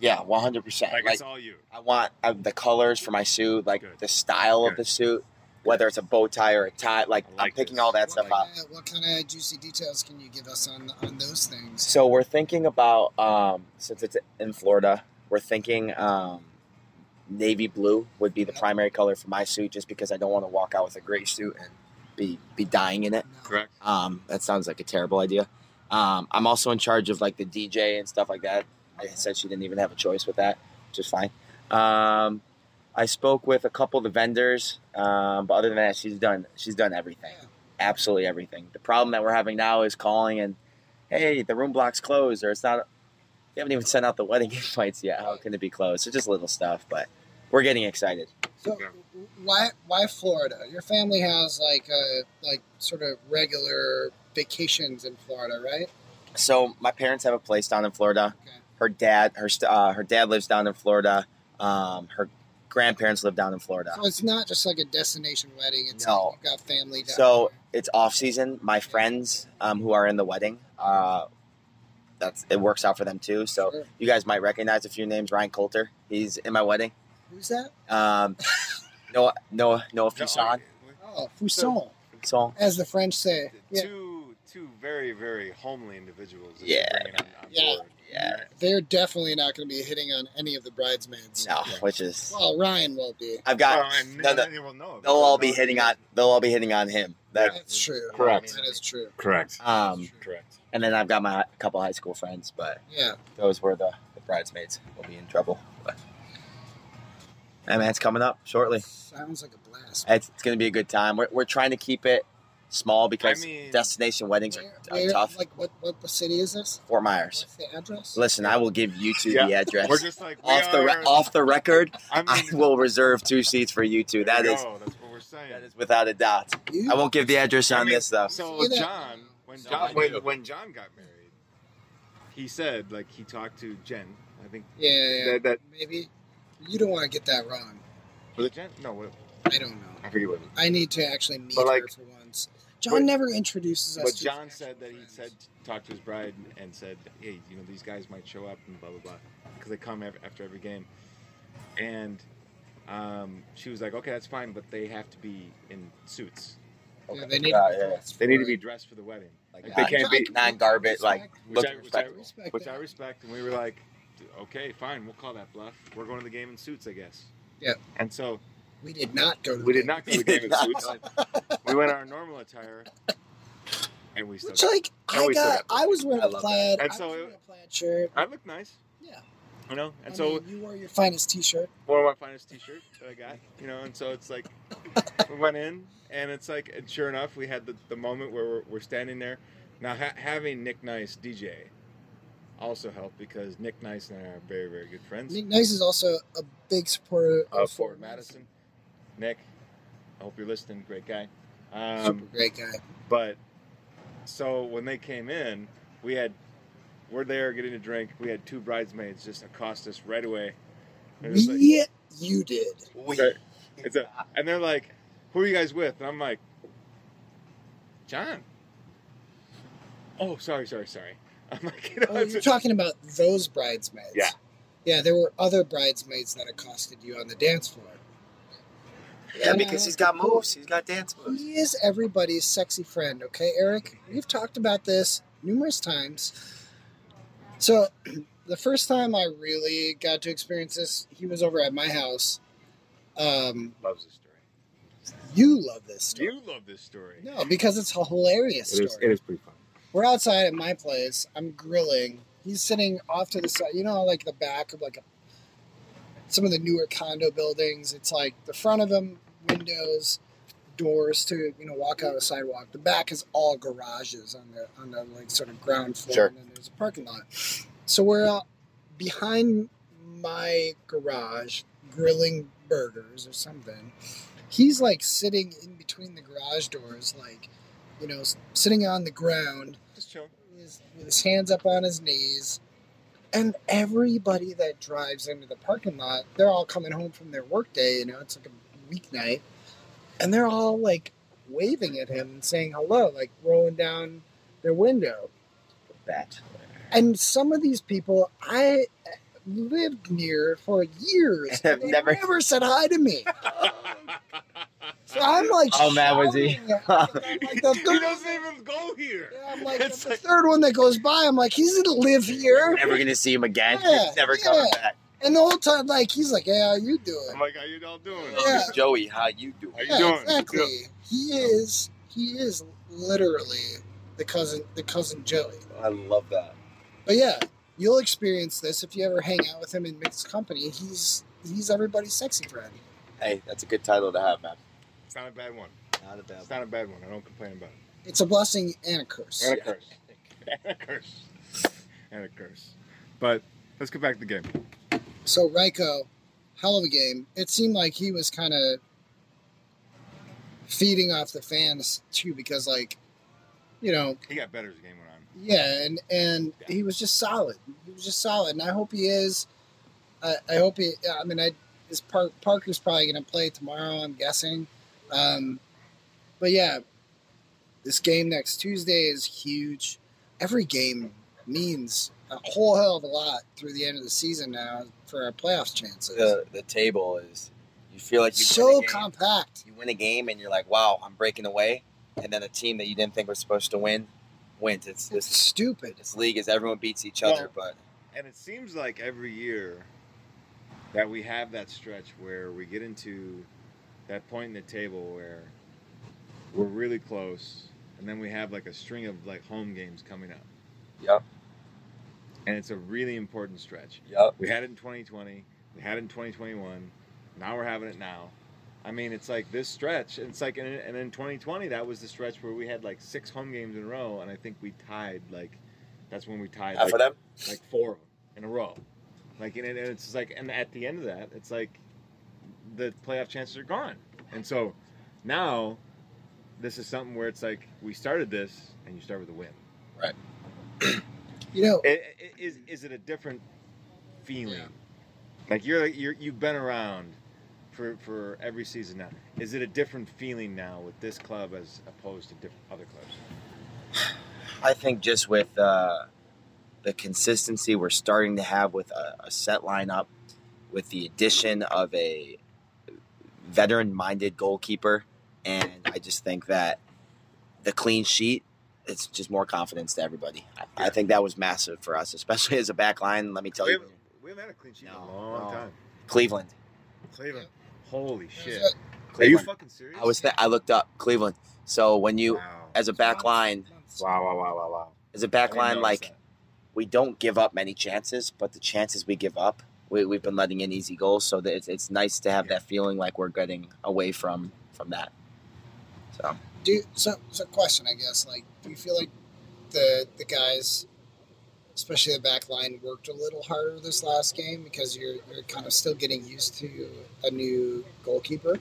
S3: yeah, one hundred percent.
S4: Like,
S3: Like
S4: it's all you.
S3: I want uh, the colors for my suit, like
S4: Good.
S3: the style of
S4: Good.
S3: the suit, whether it's a bow tie or a tie. Like,
S4: I
S3: I'm
S4: like
S3: picking
S4: this.
S3: all that stuff
S2: what,
S3: out.
S2: kind of, what kind of juicy details can you give us on on those things?
S3: So we're thinking about um, since it's in Florida, we're thinking um, navy blue would be the primary color for my suit, just because I don't want to walk out with a gray suit and be be dying in it.
S2: No.
S4: Correct.
S3: Um, that sounds like a terrible idea. Um, I'm also in charge of like the DJ and stuff like that. I said she didn't even have a choice with that, which is fine. Um, I spoke with a couple of the vendors, um, but other than that, she's done. She's done everything,
S2: Yeah.
S3: absolutely everything. The problem that we're having now is calling and, hey, the room block's closed, or it's not. They haven't even sent out the wedding invites yet. How can it be closed? So just little stuff, but we're getting excited.
S2: So
S4: Yeah.
S2: why why Florida? Your family has like uh like sort of regular vacations in Florida, right?
S3: So my parents have a place down in Florida.
S2: Okay.
S3: Her dad, her st- uh, her dad lives down in Florida. Um, her grandparents live down in Florida.
S2: So it's not just like a destination wedding. It's
S3: No.
S2: like you've got family. Down
S3: So it's off season. My friends um, who are in the wedding, uh, that's it works out for them too. So
S2: Sure.
S3: you guys might recognize a few names. Ryan Coulter, he's in my wedding.
S2: who's that?
S3: Um, Noah Noah Noah
S4: No,
S3: Fusan.
S2: Oh, Fuson,
S3: So
S2: as the French say. Yeah,
S4: Two two very very homely individuals. that
S3: Yeah.
S4: you're bringing on- on
S2: Yeah.
S4: board.
S3: yeah,
S2: they're definitely not going to be hitting on any of the bridesmaids.
S3: no, which is
S2: Well, uh, Ryan will be.
S3: I've got.
S4: Well, and
S3: no, no,
S4: and they will know.
S3: they'll all be hitting on. They'll all be hitting on him. That
S2: That's true.
S1: Correct.
S2: That is true.
S1: Correct.
S3: um,
S1: Correct.
S3: and then I've got my hi- couple high school friends, but
S2: Yeah.
S3: those were the, the bridesmaids. We'll be in trouble. But hey, man, it's coming up shortly.
S2: Sounds like a blast.
S3: It's, it's going to be a good time. We're, we're trying to keep it small because
S4: mean-
S3: destination weddings are,
S2: Where-
S3: are
S2: where-
S3: tough.
S2: Like what? What city is this?
S3: Fort Myers.
S2: What's the address?
S3: Listen, I will give you two the address.
S4: We're just like we
S3: off the re-
S4: are-
S3: off the record,
S4: I mean,
S3: I will reserve two seats for you two.
S4: there
S3: That
S4: you
S3: is
S4: go, That's what we're saying.
S3: that is without a doubt.
S2: You-
S3: I won't give the address
S4: I
S3: on
S4: mean,
S3: this though.
S4: So
S2: See that?
S4: John, when
S1: So
S4: John,
S1: I
S4: when,
S1: do.
S4: when John got married, he said like he talked to Jen. I think
S2: Yeah, yeah, yeah.
S4: that, that
S2: maybe. You don't want to get that wrong.
S4: was it Jen? No, what,
S2: I don't know.
S4: I forget what. It was.
S2: I need to actually meet
S4: But, like-
S2: her for once. John never introduces us.
S4: But
S2: to
S4: John
S2: his
S4: said that he
S2: friends.
S4: said talked to his bride and said, "Hey, you know these guys might show up and blah blah blah because they come af- after every game." And um, she was like, "Okay, that's fine, but they have to be in suits.
S2: Yeah, they need.
S3: Yeah,
S2: to be
S3: yeah.
S2: dressed
S4: They need to
S2: for
S4: be
S2: it.
S4: dressed for the wedding."
S3: Like,
S4: Like, they
S3: uh,
S4: can't be-
S3: non-garbage, like-
S4: Which I,
S3: Looking
S4: which, I,
S2: respectable.
S4: which I respect, and we were like, "Okay, fine, we'll call that bluff. We're going to the game in suits, I guess."
S2: Yeah.
S4: And so
S2: we did not go to.
S4: we
S2: the
S4: did not go to
S3: You
S4: the game
S3: did
S4: in
S3: not
S4: suits. we went in our normal attire, and we still.
S2: Which like
S4: And
S2: I
S4: we still
S2: got,
S4: got-
S2: I was wearing
S3: I
S2: a
S3: love
S2: plaid,
S4: that. And
S2: I
S4: so
S2: was
S4: it-
S2: wearing a plaid shirt.
S4: I looked nice.
S2: Yeah.
S4: You know, and
S2: I
S4: so
S2: mean, you wore your finest T-shirt.
S4: one of my finest t-shirt that I got, you know, and so it's like we went in and it's like and sure enough we had the, the moment where we're, we're standing there. Now ha- having Nick Nice DJ also helped because Nick Nice and I are very very good friends.
S2: Nick Nice is also a big supporter
S4: Uh,
S2: of
S4: Fort Madison, Nick, I hope you're listening, great guy.
S2: Super
S4: Um,
S2: great guy.
S4: but so when they came in, we had we're there getting a drink. We had two bridesmaids just accost us right away. It was like-
S2: We, you did.
S3: We-
S4: Sorry. It's a, and they're like, "Who are you guys with?" And I'm like, "John." Oh, sorry, sorry, sorry. I'm like, you know,
S2: Oh,
S4: it's
S2: you're
S4: a-
S2: talking about those bridesmaids.
S4: Yeah.
S2: Yeah, there were other bridesmaids that accosted you on the dance floor.
S3: yeah, because he's got moves. He's got dance moves.
S2: He is everybody's sexy friend, okay, Eric? We've talked about this numerous times. So, the first time I really got to experience this, he was over at my house. Um,
S4: loves this story.
S2: you love this story.
S4: You love this story.
S2: No, because it's a hilarious
S4: it
S2: story.
S4: is. It is pretty fun.
S2: We're outside at my place. I'm grilling. He's sitting off to the side. You know, how, like the back of like a, some of the newer condo buildings. It's like the front of them, windows, doors to you know walk out a sidewalk. The back is all garages on the on the like sort of ground floor,
S3: Sure.
S2: and then there's a parking lot. So we're out behind my garage grilling burgers or something. He's like sitting in between the garage doors, like you know, s- sitting on the ground
S4: Just chill.
S2: his, with his hands up on his knees. And everybody that drives into the parking lot, they're all coming home from their work day, you know, it's like a weeknight. And they're all like waving at him and saying hello, like rolling down their window.
S3: That.
S2: And some of these people I lived near for years.
S3: Have
S2: and they
S3: never-
S2: never said hi to me. So I'm like,
S3: Oh, man, was he-
S2: shouting at- I'm like the
S4: he
S2: third,
S4: doesn't even go here.
S2: yeah, I'm like,
S4: It's
S2: the
S4: like-
S2: third one that goes by, I'm like, he doesn't live here.
S3: Never gonna see him again.
S2: Yeah,
S3: he's never
S2: yeah.
S3: coming back.
S2: And the whole time, like, he's like, "Hey, how you doing?"
S4: I'm like, how you all doing?
S2: Yeah.
S3: Miss Joey, how you doing?
S4: How you doing?
S2: exactly. He is. He is literally the cousin, the cousin Joey.
S3: I love that.
S2: But yeah, you'll experience this if you ever hang out with him in mixed company. He's he's everybody's sexy friend.
S3: Hey, that's a good title to have, man.
S4: It's not a bad one.
S3: Not a bad
S4: It's not a bad one. I don't complain about it.
S2: It's a blessing and a curse.
S4: And a curse. And a curse. And a curse. But let's get back to the game.
S2: So Ryko, hell of a game. It seemed like he was kind of feeding off the fans too, because like, you know,
S4: He got better as the game went on.
S2: Yeah, and and
S4: Yeah.
S2: he was just solid. He was just solid, and I hope he is. I, I hope he. I mean, I is Park, Parker's probably going to play tomorrow. I'm guessing, um, but yeah, this game next Tuesday is huge. Every game means a whole hell of a lot through the end of the season now for our playoffs chances.
S3: The the table is. You feel like you win
S2: so
S3: a game.
S2: compact.
S3: You win a game and you're like, wow, I'm breaking away. And then a team that you didn't think was supposed to win wins. It's
S2: It's
S3: this
S2: stupid.
S3: this league is everyone beats each other, but
S4: And it seems like every year that we have that stretch where we get into that point in the table where We're really close, and then we have like a string of like home games coming up,
S1: Yep.
S4: and it's a really important stretch.
S1: Yep.
S4: We had it in 2020. We had it in 2021. Now we're having it now. I mean, it's like this stretch. and It's like, and, and in 2020, that was the stretch where we had like six home games in a row, and I think we tied like, that's when we tied
S1: Half
S4: like,
S1: of them.
S4: like four of them in a row. Like, and, and it's just like, and at the end of that, it's like the playoff chances are gone. And so now this is something where it's like we started this, and you start with a win.
S2: You know,
S4: I- I- Is is it a different feeling?
S2: Yeah.
S4: Like you're you're you've been around for for every season now. Is it a different feeling now with this club as opposed to different other clubs?
S3: I think just with uh, the consistency we're starting to have with a, a set lineup, with the addition of a veteran-minded goalkeeper, and I just think that the clean sheet, it's just more confidence to everybody. I, I think that was massive for us, especially as a back line. Let me tell
S4: we,
S3: you,
S4: haven't, we haven't had a clean sheet in
S3: No,
S4: a long
S3: no.
S4: time.
S3: Cleveland.
S4: Cleveland, holy shit!
S2: it.
S4: Are you
S3: Cleveland.
S4: fucking serious?
S3: I was. Th- I looked up Cleveland. So when you,
S4: Wow.
S3: as a back line,
S2: months.
S4: wow, wow, wow, wow, wow.
S3: as a
S4: I
S3: back
S4: didn't
S3: line,
S4: notice
S3: like
S4: that.
S3: we don't give up many chances, but the chances we give up, we, we've been letting in easy goals. So that it's, it's nice to have that feeling like we're getting away from from that. So
S2: do so so question i guess like do you feel like the the guys especially the back line worked a little harder this last game because you're, you're kind of still getting used to a new goalkeeper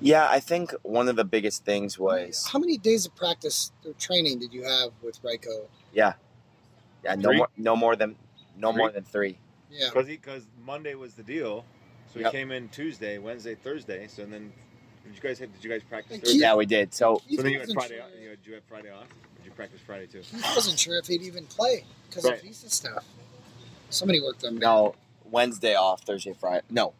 S3: yeah, I think one of the biggest things was
S2: how many days of practice or training did you have with Ryko?
S3: yeah, yeah no
S4: Three?
S3: more no more than no more
S4: Three?
S3: than three.
S2: yeah
S4: Because because Monday was the deal, so he
S3: Yep.
S4: came in Tuesday, Wednesday, Thursday. So then, did you guys have? Did you guys practice
S2: Thank
S4: Thursday?
S2: you.
S3: Yeah, we did. So
S2: Keith
S4: So then you had
S2: wasn't
S4: Friday.
S2: sure-
S4: Off, you had, you had Friday off. Did you practice Friday too?
S2: Keith wasn't sure if he'd even play because
S4: Right.
S2: of visa stuff somebody worked them down
S3: no Wednesday off, Thursday Friday. No,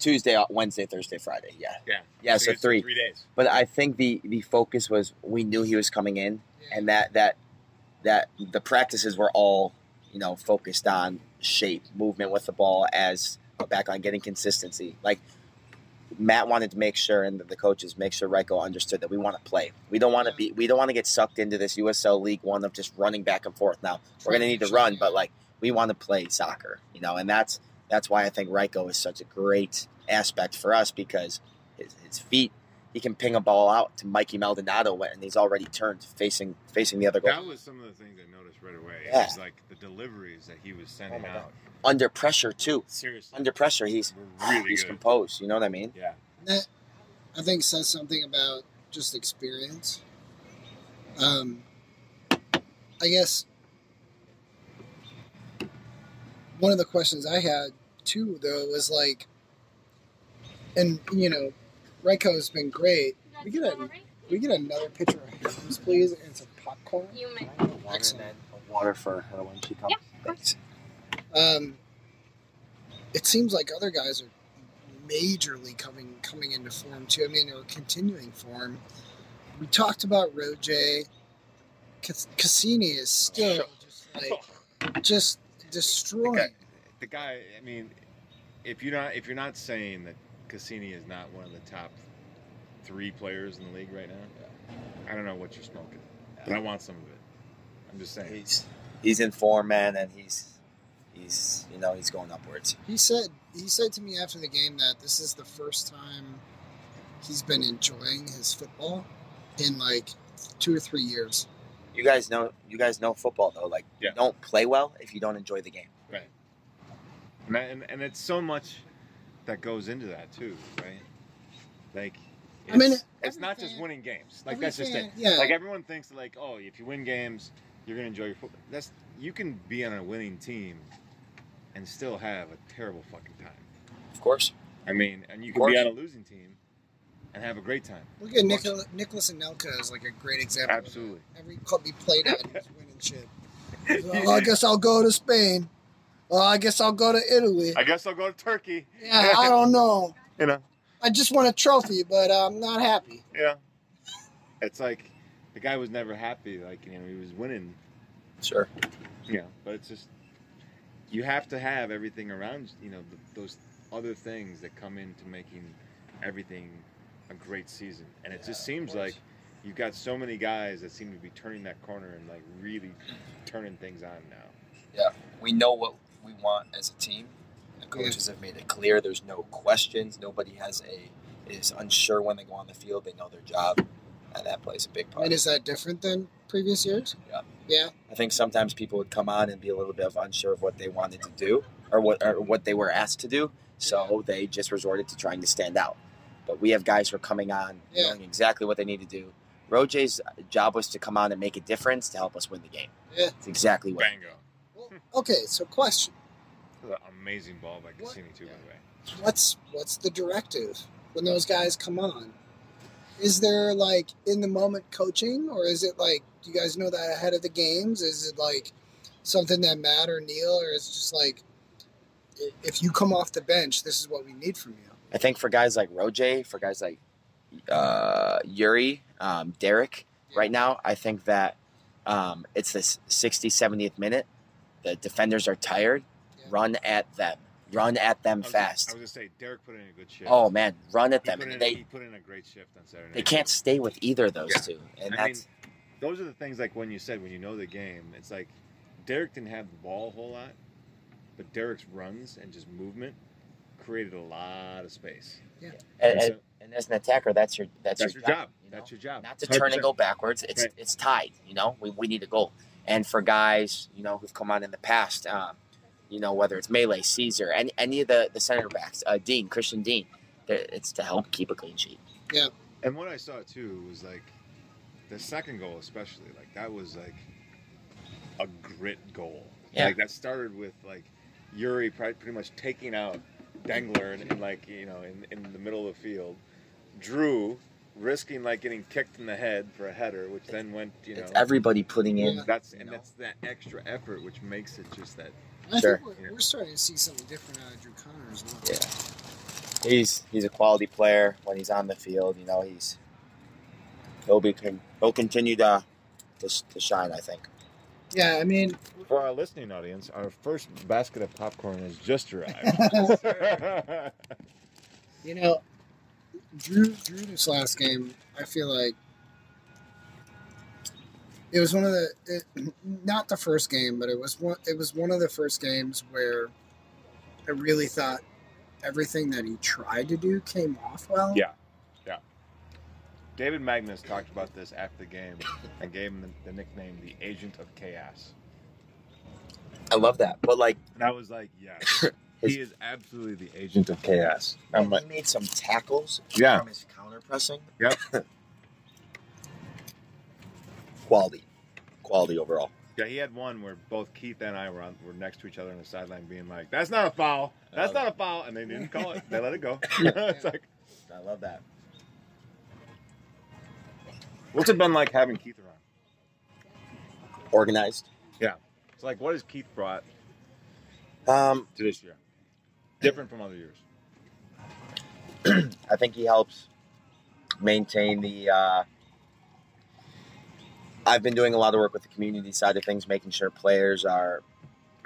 S3: Tuesday off, Wednesday Thursday Friday. Yeah,
S4: Yeah.
S3: yeah.
S4: you
S3: So
S4: guys did
S3: three.
S4: Three days.
S3: But I think the the focus was we knew he was coming in.
S2: Yeah.
S3: and that that that the practices were all you know focused on shape movement with the ball as a back on getting consistency like Matt wanted to make sure and the coaches make sure Ryko understood that we want to play we don't want to be we don't want to get sucked into this USL League one of just running back and forth now we're gonna need to run but like we want to play soccer you know and that's that's why I think Ryko is such a great aspect for us because his, his feet he can ping a ball out to Mikey Maldonado when he's already turned facing facing the other goal.
S4: That was some of the things I noticed right away. It
S3: Yeah.
S4: was like the deliveries that he was sending
S3: my God.
S4: out.
S3: Under pressure too.
S4: Oh Seriously,
S3: Under pressure he's
S4: were really
S3: he's
S4: good.
S3: composed, you know what I mean?
S4: yeah,
S2: that I think says something about just experience. Um, I guess one of the questions I had too, though, was like, and you know, Ryko has been great.
S5: We get a
S2: Can We get another picture of hands, please, and some popcorn. Excellent.
S3: Water for her when she comes. Thanks.
S2: Um, it seems like other guys are majorly coming coming into form too. I mean, or continuing form. We talked about Roje. Cas- Cassini is still just like just destroying.
S4: the guy. I mean, if you're not if you're not saying that Cassini is not one of the top three players in the league right now, I don't know what you're smoking, but I want some of it. I'm just saying.
S3: He's he's in form man and he's he's you know, he's going upwards.
S2: He said he said to me after the game that this is the first time he's been enjoying his football in like two or three years.
S3: You guys know you guys know football though. Like
S4: Yeah.
S3: you don't play well if you don't enjoy the game.
S4: And, that- and, and it's so much that goes into that too, right? Like, it's,
S2: I mean,
S4: it's not
S2: every
S4: just
S2: fan-
S4: winning games. Like that's just
S2: Every
S4: it.
S2: fan- Yeah,
S4: Like everyone thinks like, oh, if you win games, you're gonna enjoy your football. That's you can be on a winning team and still have a terrible fucking time.
S3: Of course.
S4: I mean, and you
S3: Of
S4: can be
S3: course.
S4: on a losing team and have a great time.
S2: look at Nicola, Nicholas Anelka is like a great example. of that.
S4: Absolutely.
S2: Every club he played at, he was winning shit. Well, I guess I'll go to Spain. Well, I guess I'll go to Italy.
S4: I guess I'll go to Turkey.
S2: Yeah, I don't know.
S4: You know.
S2: I just won a trophy, but I'm not happy.
S4: Yeah. It's like the guy was never happy. Like you know, he was winning.
S3: Sure.
S4: Yeah. But it's just you have to have everything around. You know, th- those other things that come into making everything a great season, and it
S3: Yeah,
S4: just
S3: of
S4: seems
S3: course.
S4: like you've got so many guys that seem to be turning that corner and like really turning things on now.
S3: we know what we want as a team. The coaches have made it clear. There's no questions. Nobody has a is unsure when they go on the field. They know their job, and that plays a big part.
S2: And is that different than previous years?
S3: Yeah.
S2: Yeah.
S3: I think sometimes people would come on and be a little bit of unsure of what they wanted to do or what or what they were asked to do. So they just resorted to trying to stand out. But we have guys who are coming on
S2: Yeah.
S3: knowing exactly what they need to do. Roje's job was to come on and make a difference to help us win the game.
S2: Yeah.
S3: It's exactly what.
S4: Bango,
S2: Well, okay. So, question:
S4: That was an amazing ball by Cassini too, by the way.
S2: What's what's the directive when those guys come on? Is there like in the moment coaching, or is it like do you guys know that ahead of the games? Is it like something that Matt or Neil, or is it just like i- if you come off the bench, this is what we need from you?
S3: I think for guys like Roje, for guys like uh, Yuri, um, Derek, right now, I think that um, it's this 60, 70th minute. The defenders are tired.
S2: Yeah.
S3: Run at them. Run at them
S4: I was gonna-
S3: fast.
S4: I was gonna say Derek put in a good shift.
S3: Oh man, run at
S4: he
S3: them.
S4: put, in,
S3: And
S4: he
S3: they
S4: put in a great shift on Saturday.
S3: they can't stay with either of those
S4: Yeah.
S3: two. And
S4: I mean,
S3: that's
S4: those are the things like when you said when you know the game, it's like Derek didn't have the ball a whole lot, but Derek's runs and just movement created a lot of space.
S3: and,
S4: so
S3: and, and as an attacker, that's your that's,
S4: that's your job.
S3: you know?
S4: That's your job.
S3: Not to turn and go backwards. It's
S4: Right.
S3: it's tied. You know, we, we need a goal. And for guys, you know, who've come on in the past, um, you know, whether it's Melee, Caesar, any any of the the center backs, uh, Dean, Christian Dean, they're- it's to help keep a clean sheet.
S4: And what I saw too was like the second goal, especially like that was like a grit goal.
S3: Yeah.
S4: Like that started with like Yuri pri- pretty much taking out Dengler in, in like you know in, in the middle of the field, Drew risking like getting kicked in the head for a header, which then went you know
S3: It's everybody putting in.
S2: Yeah.
S4: that's
S3: you
S4: and
S3: know?
S4: that's that extra effort which makes it just that
S2: I
S3: Sure.
S2: think we're, we're starting to see something different out of Drew Connor as
S3: Yeah.
S2: well.
S3: he's he's a quality player when he's on the field. You know, he's he'll be con- he'll continue to to, sh- to shine. I think.
S2: Yeah, I mean,
S4: For our listening audience, our first basket of popcorn has just arrived.
S2: You know, Drew Drew this last game, I feel like it was one of the it, not the first game, but it was one it was one of the first games where I really thought everything that he tried to do came off well.
S4: Yeah. David Magnus talked about this after the game and gave him the, the nickname the Agent of Chaos.
S3: I love that, but like
S4: And I was like, yes, he is absolutely the Agent of Chaos. I'm
S3: he
S4: like,
S3: made some tackles
S4: Yeah.
S3: from his counter pressing.
S4: Yep.
S3: quality, quality overall.
S4: yeah, he had one where both Keith and I were on, were next to each other on the sideline, being like, "That's not a foul. That's not a foul," and they didn't call it. They let it go. it's like,
S3: I love that.
S4: what's it been like having Keith around?
S3: Organized.
S4: It's like, what has Keith brought
S3: Um,
S4: to this year? Different from other years.
S3: I think he helps maintain the. Uh, I've been doing a lot of work with the community side of things, making sure players are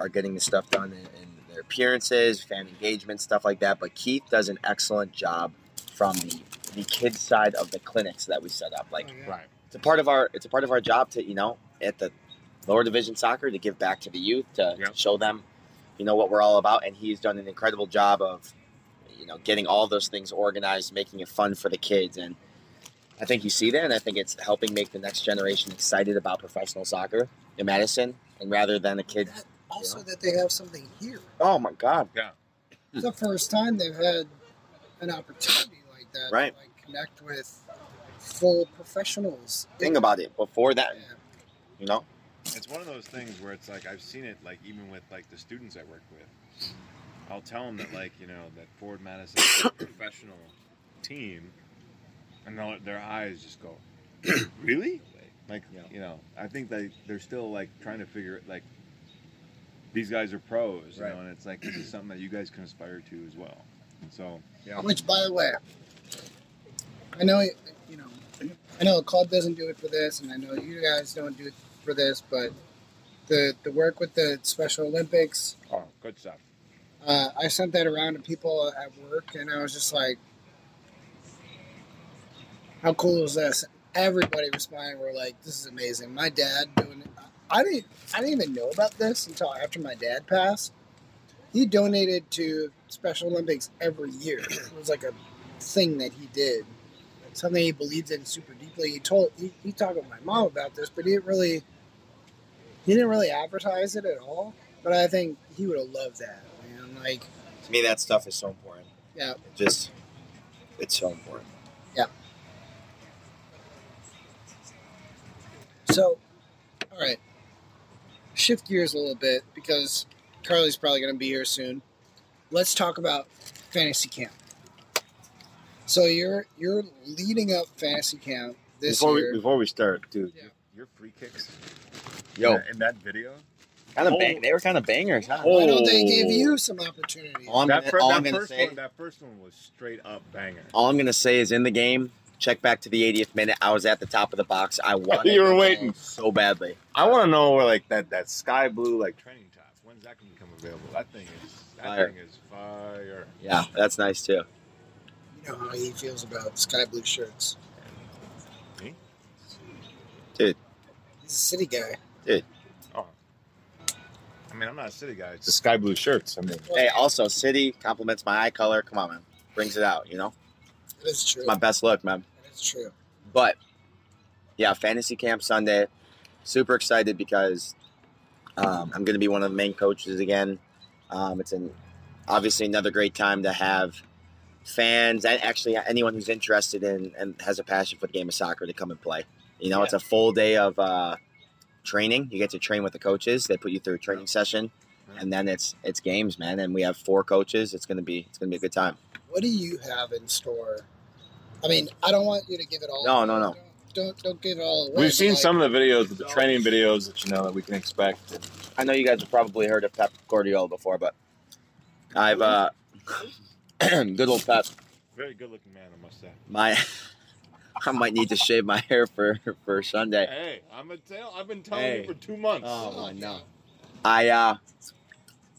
S3: are getting the stuff done in, in their appearances, fan engagement, stuff like that. But Keith does an excellent job from the the kids side of the clinics that we set up. Like
S2: Oh, yeah.
S4: Right.
S3: it's a part of our it's a part of our job to you know at the lower division soccer to give back to the youth to
S4: Yeah.
S3: show them you know what we're all about and he's done an incredible job of you know getting all those things organized making it fun for the kids and i think you see that and i think it's helping make the next generation excited about professional soccer in madison and rather than a kid
S2: That, also, that they have something here.
S3: oh my god Hmm.
S2: It's the first time they've had an opportunity like that,
S3: Right.
S2: To, like connect with full professionals.
S3: think about it before that
S2: Yeah.
S3: you know
S4: it's one of those things where it's like I've seen it like even with like the students I work with. I'll tell them that like you know that Ford Madison is a professional team, and they'll- their eyes just go, really? Like
S3: Yeah.
S4: you know, I think they they're still like trying to figure it like these guys are pros, you
S3: Right.
S4: know, and it's like this is something that you guys can aspire to as well. And so
S2: Which, by the way, I know you know, I know a club doesn't do it for this, and I know you guys don't do it for this, but the the work with the Special Olympics,
S4: oh, good stuff.
S2: uh, I sent that around to people at work, and I was just like, how cool is this? Everybody responded were like, this is amazing. My dad doing I didn't I didn't even know about this until after my dad passed. He donated to Special Olympics every year. It was like a thing that he did. Something he believed in super deeply. He told he, he talked with my mom about this, but he didn't really he didn't really advertise it at all. But I think he would have loved that, man. Like
S3: To me, that stuff is so important.
S2: Yeah.
S3: It just, it's so important.
S2: So, all right, shift gears a little bit because Carly's probably going to be here soon. Let's talk about fantasy camp. So you're you're leading up fantasy camp this
S1: before
S2: year.
S1: we before we start, dude.
S2: Yeah.
S4: Your free kicks
S3: Yo,
S4: in that- in that video.
S3: kind of
S1: Oh.
S3: bang. They were kind of bangers, huh?
S1: Oh.
S2: Why don't they give you some opportunity?
S3: All I'm
S4: that
S3: gonna,
S4: fir-
S3: all
S4: that
S3: I'm gonna
S4: first
S3: say,
S4: one, that first one was straight up banger.
S3: all I'm gonna say is in the game. Check back to the 80th minute. I was at the top of the box. I wanted.
S1: You were
S3: the ball
S1: waiting.
S3: so badly.
S1: I want to know where like that that sky blue like.
S4: Training top. When's that gonna become available? That thing is that
S3: Fire.
S4: thing is fire.
S3: Yeah, that's nice too.
S2: You know how he feels about sky blue shirts.
S4: Me?
S3: Dude.
S2: he's a city guy.
S4: Oh. I mean, I'm not a city guy. It's
S1: The sky blue shirts. I mean,
S3: Hey, also, City compliments my eye color. Come on, man. Brings it out. You know,
S2: It is true.
S3: it's my best look, man.
S2: It is true.
S3: But yeah, fantasy camp Sunday. Super excited because um, I'm going to be one of the main coaches again. Um, it's an obviously another great time to have fans and actually anyone who's interested in and has a passion for the game of soccer to come and play. You know, it's a full day of uh, training. You get to train with the coaches. They put you through a training session,
S4: Yeah.
S3: and then it's it's games, man. And we have four coaches. It's gonna be it's gonna be a good time.
S2: What do you have in store? I mean, I don't want you to give it all.
S3: No, no, no.
S2: Don't don't, don't give it all away.
S1: we've seen
S2: like,
S1: some of the videos, the training videos that you know that we can expect.
S3: I know you guys have probably heard of Pep Guardiola before, but I've uh, good old Pep.
S4: very good looking man, I must say.
S3: My I might need to shave my hair for for Sunday.
S4: Hey, I'm a tell I've been telling
S3: Hey.
S4: you for two months.
S3: Oh no, I uh,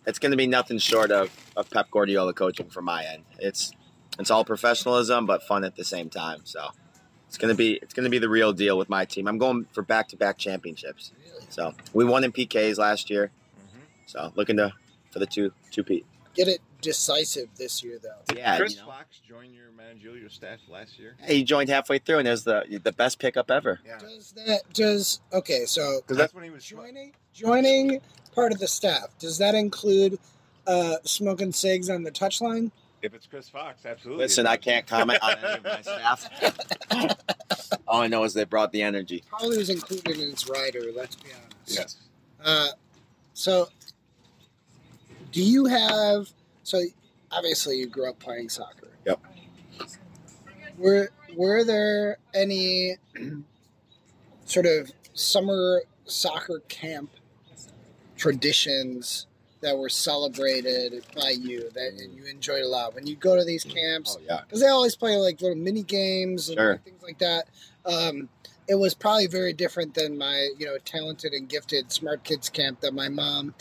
S3: it's gonna be nothing short of of Pep Guardiola coaching from my end. It's it's all professionalism but fun at the same time. So it's gonna be it's gonna be the real deal with my team. I'm going for back to back championships.
S2: Really?
S3: So we won in PKs last year.
S4: Mhm.
S3: So looking to for the two two Pete.
S2: Get it decisive this year, though.
S3: Yeah,
S4: Chris
S3: you know.
S4: Fox joined your managerial staff last year.
S3: Hey, he joined halfway through, and it was the the best pickup ever.
S4: Yeah,
S2: Does that does okay? So
S4: because that's when he was
S2: joining joining part of the staff does that include uh, smoking cigs on the touchline?
S4: If it's Chris Fox, absolutely.
S3: Listen, I can't comment on any of my staff. All I know is they brought the energy.
S2: Probably was included in its rider. Let's be honest.
S1: Yes.
S2: Uh, so, do you have? So, obviously, you grew up playing soccer.
S3: Yep.
S2: Were Were there any sort of summer soccer camp traditions that were celebrated by you that you enjoyed a lot when you go to these camps?
S1: Oh,
S3: yeah,
S2: because they always play like little mini games and
S3: Sure.
S2: things like that. Um, it was probably very different than my you know talented and gifted smart kids camp that my mom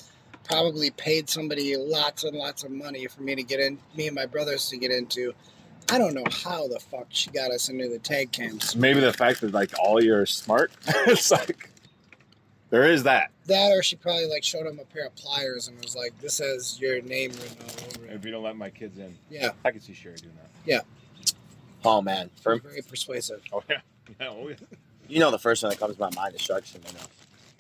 S2: probably paid somebody lots and lots of money for me to get in, me and my brothers to get into. I don't know how the fuck she got us into the tag camps.
S1: Maybe the fact that like all you're smart, it's like there is that.
S2: That or she probably like showed him a pair of pliers and was like, "This has your name written all over it."
S4: If you don't let my kids in,
S2: Yeah,
S4: I can see Sherry doing that.
S3: oh man, for,
S2: very persuasive.
S4: Oh yeah, yeah, oh yeah.
S3: you know the first one that comes to my mind is sharks and minnows.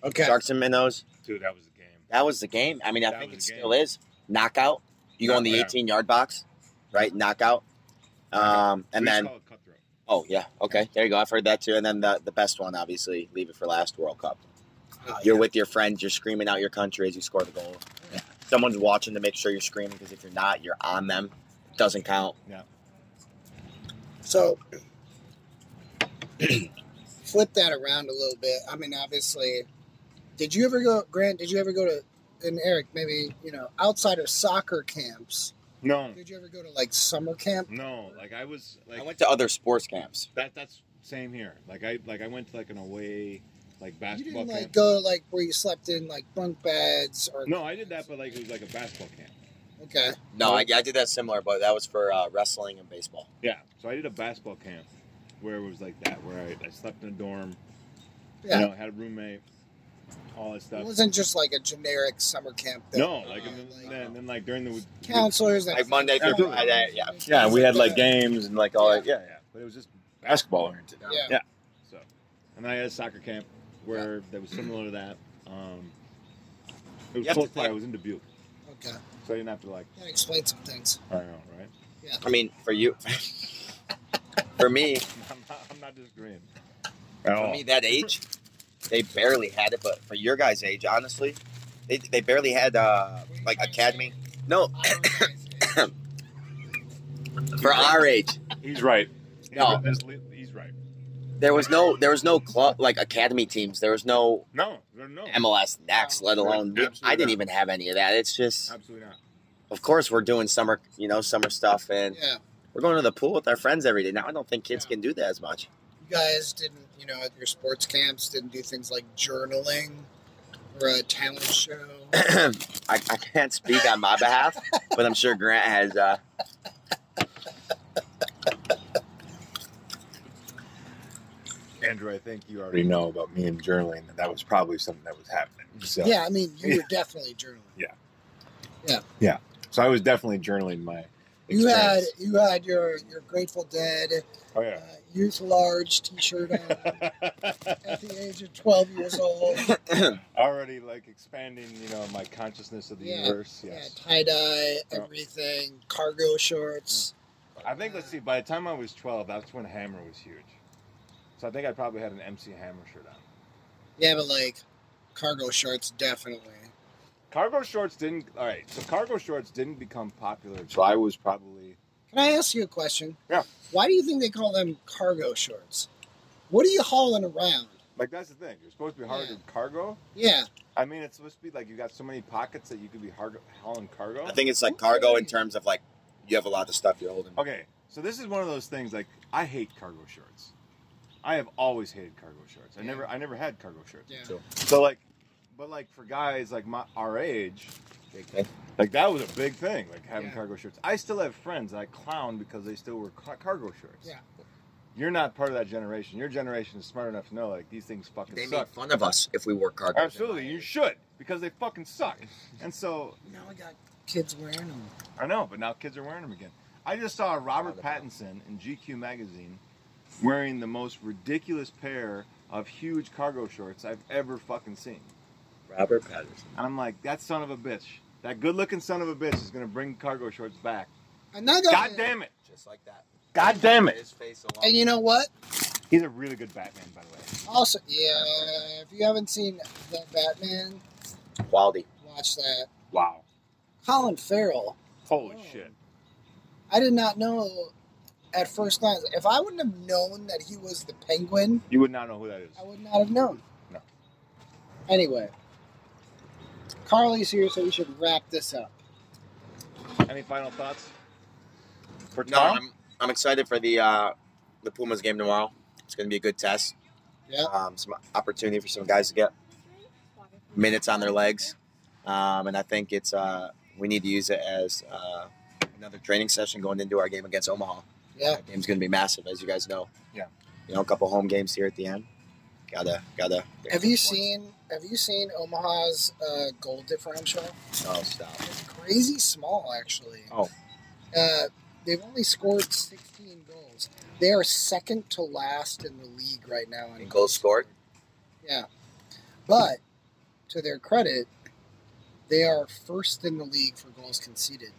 S2: Okay,
S3: Sharks and minnows.
S4: Dude, that was the game.
S3: That was the game. I mean, I
S4: That
S3: think it
S4: was the
S3: still
S4: game.
S3: is knockout. You
S1: oh,
S3: go in the
S4: Yeah.
S3: 18 yard box, right? Knockout. Um, and
S4: We used to
S3: then
S4: call it cutthroat.
S3: oh yeah, okay, there you go. I've heard that too. And then the the best one, obviously, leave it for last World Cup.
S2: Oh,
S3: You're with your friends. You're screaming out your country as you score the goal. Someone's watching to make sure you're screaming because if you're not, you're on them. It doesn't count.
S2: So flip that around a little bit. I mean, obviously, did you ever go, Grant? Did you ever go to, and Eric, maybe you know, outside of soccer camps,
S4: No,
S2: did you ever go to like summer camp?
S4: no. Like I was like
S3: I went to other sports camps.
S4: that. That's same here. Like I like I went to like an away like
S2: You
S4: basketball
S2: didn't like
S4: camp.
S2: go like where you slept in like bunk beds or
S4: no, I did that, but like it was like a basketball camp.
S2: Okay,
S3: No, I, I did that similar, but that was for uh, wrestling and baseball.
S4: Yeah. So I did a basketball camp, where it was like that, where I, I slept in a dorm,
S2: Yeah.
S4: you know, had a roommate, all that
S2: It
S4: stuff.
S2: wasn't just like a generic summer camp thing.
S4: no, like,
S2: Yeah,
S4: and then,
S2: like
S4: then, then, like during the week,
S2: counselors and
S1: Like Monday through
S4: Absolutely.
S1: Friday. Yeah.
S6: Yeah, and we had like games and like all that. Yeah, yeah.
S4: but it was just
S6: Basketball oriented.
S2: Yeah.
S6: Yeah.
S4: so. And then I had a soccer camp where that was similar to that. Um, it was
S1: You have to
S4: close by.
S1: think-
S4: I was in Dubuque,
S2: Okay,
S4: so I didn't have to like.
S2: that explains some things.
S4: I don't know, right?
S1: I mean, for you, for me,
S4: I'm not, I'm not disagreeing. At
S1: for me that age, they barely had it. But for your guys' age, honestly, they, they barely had uh, like academy. No, for our age,
S6: He's right.
S4: He's
S1: No.
S4: right. That's le- He's right.
S1: there was no there was no club like academy teams. There was no
S4: No, no, no.
S1: MLS next, let alone
S4: Absolutely
S1: I didn't
S4: not.
S1: even have any of that. It's just
S4: Absolutely not.
S1: of course we're doing summer you know summer stuff and
S2: Yeah,
S1: we're going to the pool with our friends every day. Now I don't think kids can do that as much.
S2: you guys didn't, you know, at your sports camps, didn't do things like journaling or a talent show.
S1: I, I can't speak on my behalf, but I'm sure Grant has. Uh,
S4: Andrew, I think you already
S6: Already
S4: know.
S6: know about me and journaling that that was probably something that was happening. So
S2: Yeah, I mean, you were definitely journaling.
S6: so I was definitely journaling my.
S2: You had
S6: experience.
S2: you had your your Grateful Dead
S4: Oh
S2: uh,
S4: yeah.
S2: Youth Large T-shirt on at the age of twelve years old.
S4: already like expanding, you know, my consciousness of the
S2: Yeah,
S4: universe.
S2: Yeah,
S4: Yes.
S2: tie dye, everything, cargo shorts.
S4: I think let's see. By the time I was twelve, that's when Hammer was huge. So I think I probably had an MC Hammer shirt on.
S2: Yeah, but like cargo shorts, definitely.
S4: Cargo shorts didn't. All right. So cargo shorts didn't become popular.
S6: So I was
S4: probably.
S2: Can I ask you a question?
S4: Yeah.
S2: Why do you think they call them cargo shorts? What are you hauling around?
S4: Like that's the thing. You're supposed to be hard
S2: Yeah.
S4: to cargo.
S2: Yeah,
S4: I mean, it's supposed to be like you got so many pockets that you could be hard hauling cargo.
S1: I think it's like cargo in terms of like you have a lot of stuff you're holding.
S4: Okay, so this is one of those things. Like I hate cargo shorts. I have always hated cargo shorts. I
S2: Yeah.
S4: never, I never had cargo shorts.
S2: yeah.
S4: So like, but like for guys like my our age,
S1: Okay.
S4: like that was a big thing. Like having
S2: Yeah.
S4: cargo shorts. I still have friends that I clown because they still wear ca- cargo shorts.
S2: Yeah.
S4: You're not part of that generation. Your generation is smart enough to know like these things fucking
S1: They
S4: suck.
S1: make fun of us if we wore cargo.
S4: Absolutely, you should because they fucking suck. And so
S2: Now I got kids wearing them.
S4: I know, but now kids are wearing them again. I just saw Robert Pattinson in GQ magazine wearing the most ridiculous pair of huge cargo shorts I've ever fucking seen.
S1: Robert Patterson.
S4: And I'm like, that son of a bitch, that good-looking son of a bitch is gonna bring cargo shorts back.
S2: And that
S4: God damn it!
S1: Just like that.
S4: God damn it!
S1: His face
S2: And you know what?
S4: He's a really good Batman, by the way.
S2: Also, yeah. If you haven't seen the Batman,
S1: Quality.
S2: watch that.
S4: Wow.
S2: Colin Farrell.
S4: Holy
S2: Oh.
S4: shit.
S2: I did not know at first glance. If I wouldn't have known that he was the Penguin,
S4: You would not know who that is.
S2: I would not have known.
S4: No.
S2: Anyway, Carly's here, so we should wrap this up.
S4: Any final thoughts? For
S1: No,
S4: Tom?
S1: I'm, I'm excited for the uh, the Pumas game tomorrow. It's going to be a good test.
S2: Yeah.
S1: Um, some opportunity for some guys to get minutes on their legs, um, and I think it's uh, we need to use it as uh, another training session going into our game against Omaha.
S2: Yeah.
S1: That game's going to be massive, as you guys know.
S4: Yeah.
S1: You know, a couple home games here at the end. Gotta, gotta. get
S2: Have
S1: some
S2: you
S1: points.
S2: seen Have you seen Omaha's uh, goal differential?
S1: Oh, stop.
S2: It's crazy small, actually.
S1: Oh.
S2: Uh, they've only scored 16 goals. They are second to last in the league right now in
S1: In goals scored.
S2: Yeah. But to their credit, they are first in the league for goals conceded.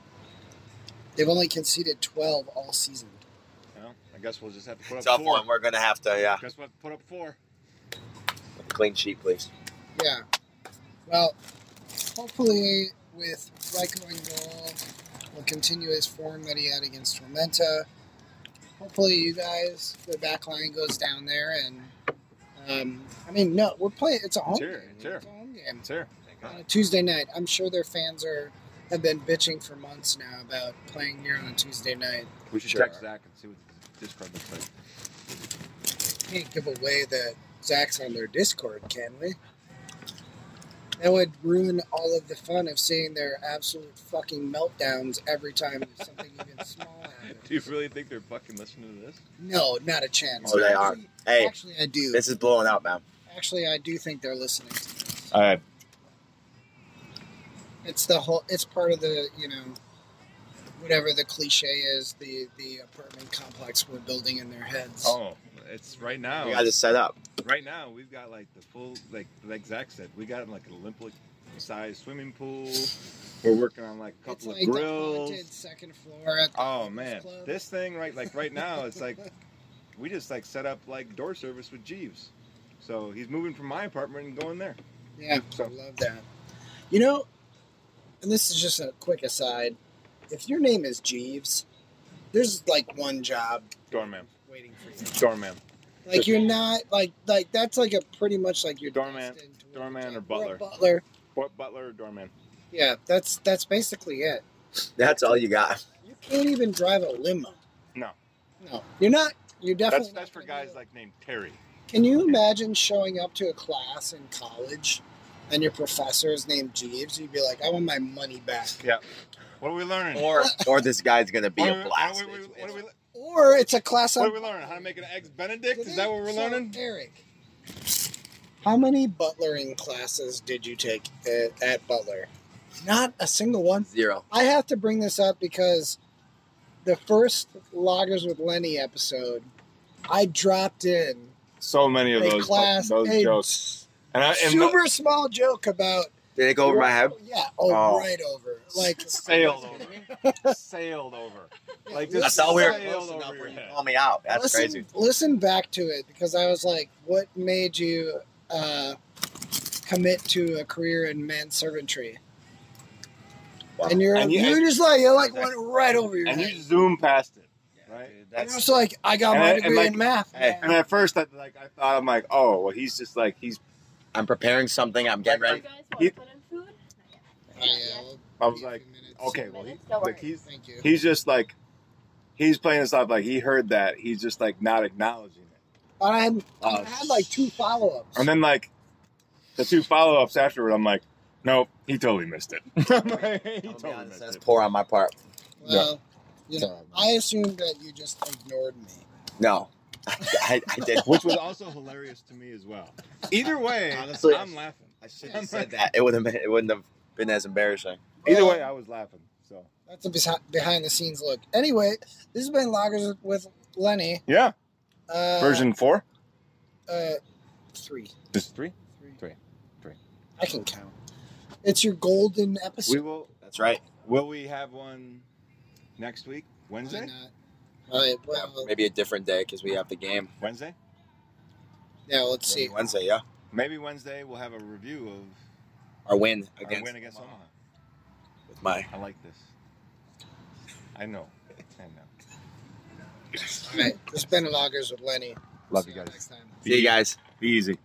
S2: They've only conceded 12 all season.
S4: Well, I guess we'll just have to put up
S1: Tough
S4: four.
S1: one. We're gonna have to, yeah.
S4: Guess what? Put up four.
S1: Clean sheet, please.
S2: Yeah. Well, hopefully with Ryko in goal, we'll continue his form that he had against Tormenta. Hopefully you guys, the back line goes down there and, um, I mean, no, we're playing, it's a home
S4: Sure,
S2: game.
S4: sure.
S2: It's a home game.
S4: It's here.
S2: on a Tuesday night. I'm sure their fans are have been bitching for months now about playing here on a Tuesday night.
S4: We should
S1: Sure.
S4: text Zach and see what the Discord looks like.
S2: Can't give away that Zach's on their Discord, can we? That would ruin all of the fun of seeing their absolute fucking meltdowns every time something even small happens.
S4: Do you really think they're fucking listening to this?
S2: No, not a chance.
S3: Oh, they are.
S2: actually,
S3: Hey,
S2: Actually, I do.
S3: this is blowing up, man.
S2: Actually, I do think they're listening. To this.
S1: All right.
S2: It's the whole. It's part of the you know, whatever the cliche is, the the apartment complex we're building in their heads.
S4: Oh, it's right now.
S3: We got this set up.
S4: Right now, we've got like the full, like like Zach said, we got like an Olympic sized swimming pool. We're working on like a
S2: it's
S4: couple
S2: like
S4: of
S2: the haunted
S4: grills.
S2: second floor at the
S4: Oh man,
S2: club.
S4: this thing right like right now, it's like we just like set up like door service with Jeeves. So he's moving from my apartment and going there.
S2: Yeah,
S4: So-
S2: I love that. You know, and this is just a quick aside. If your name is Jeeves, there's like one job
S4: Doorman,
S2: waiting for you.
S4: doorman,
S2: Like you're not like like that's like a pretty much like your
S4: Doorman- doorman or butler.
S2: butler.
S4: Butler, butler, or doorman.
S2: Yeah, that's that's basically it.
S3: That's all you got.
S2: You can't even drive a limo.
S4: No.
S2: No, you're not. You're definitely.
S4: That's that's
S2: not
S4: for
S2: gonna
S4: guys
S2: do it.
S4: like named Terry.
S2: Can you imagine showing up to a class in college, and your professor is named Jeeves? You'd be like, I want my money back.
S4: What are we learning?
S3: Or or this guy's gonna be
S4: What are
S3: a
S4: we-
S3: blast.
S4: What are we,
S3: It's-
S4: what are we,
S2: Or it's a class
S4: what
S2: on
S4: are we learning? How to make an eggs Benedict? Is that what we're
S2: So,
S4: learning?
S2: Eric, how many butlering classes did you take at, at Butler? Not a single one.
S3: Zero.
S2: I have to bring this up because the first Loggers with Lenny episode, I dropped in
S1: So many of
S2: a
S1: those
S2: class,
S1: those
S2: a
S1: jokes. And
S4: Uh,
S1: I and
S2: super small joke about.
S3: Did it go over my head?
S2: Yeah, oh,
S3: Oh.
S2: right over. Like,
S4: sailed over. sailed over. Like
S2: This
S3: I
S4: just
S3: thought we were
S2: is-
S4: sailed
S3: close
S4: over
S3: enough
S4: your
S3: where you
S4: head.
S3: call me out. That's
S2: listen,
S3: crazy.
S2: Listen back to it because I was like, what made you uh, commit to a career in manservantry?
S3: Wow.
S2: And you're
S4: And you-
S2: you, are just like you like went right over your
S4: And
S2: head.
S4: you zoom past it. Right?
S3: Dude,
S2: And I
S3: that's
S2: was like, I got
S1: And
S2: my
S1: I- and
S2: degree
S1: like-
S2: in math.
S3: Hey.
S1: And at first, I like I thought I'm like, oh, well, he's just like he's.
S3: I'm preparing something. I'm getting ready.
S5: You guys want
S1: He-
S5: put in food?
S2: Oh, yeah, we'll
S1: I was
S2: give you a
S1: like,
S2: few minutes.
S1: okay, well, he,
S5: Minutes? Don't
S1: like
S5: worry.
S1: he's
S2: thank you.
S1: he's just like he's playing this off like he heard that he's just like not acknowledging it.
S2: but I had,
S1: Oh,
S2: I had like two follow ups.
S1: And then like the two follow ups afterward, I'm like, nope, he totally missed it. I'm like, he
S3: I'll be
S1: totally
S3: honest,
S1: missed
S3: that's
S1: it.
S3: poor on my part.
S2: Well, you know,
S3: Sorry, man.
S2: I assumed that you just ignored me.
S3: No, I, I did.
S4: Which was also hilarious to me as well. Either way,
S3: Honestly,
S4: I'm laughing.
S3: I should have said that. It would have been. It wouldn't have been as embarrassing.
S1: Either
S2: Well,
S1: way, I was laughing. So
S2: that's a besi- behind the scenes look. Anyway, this has been Loggers with Lenny.
S1: yeah,
S2: Uh,
S1: version four,
S2: uh, three.
S1: just three.
S2: three,
S1: Three. Three.
S2: I can count. It's your golden episode.
S4: We will
S3: That's right.
S4: will we have one next week?
S2: Why
S4: Wednesday?
S2: not? All right, well,
S3: Maybe a different day because we have the game.
S4: Wednesday?
S2: yeah, let's
S3: Maybe
S2: see.
S3: Wednesday, yeah.
S4: Maybe Wednesday we'll have a review of
S3: Our win
S4: our
S3: against,
S4: win against Omaha.
S3: with my.
S4: I like this. I know. I know.
S2: All right, it's been Loggers with Lenny.
S1: Love
S2: See
S1: you guys.
S2: Next time.
S3: See you guys.
S1: Be easy.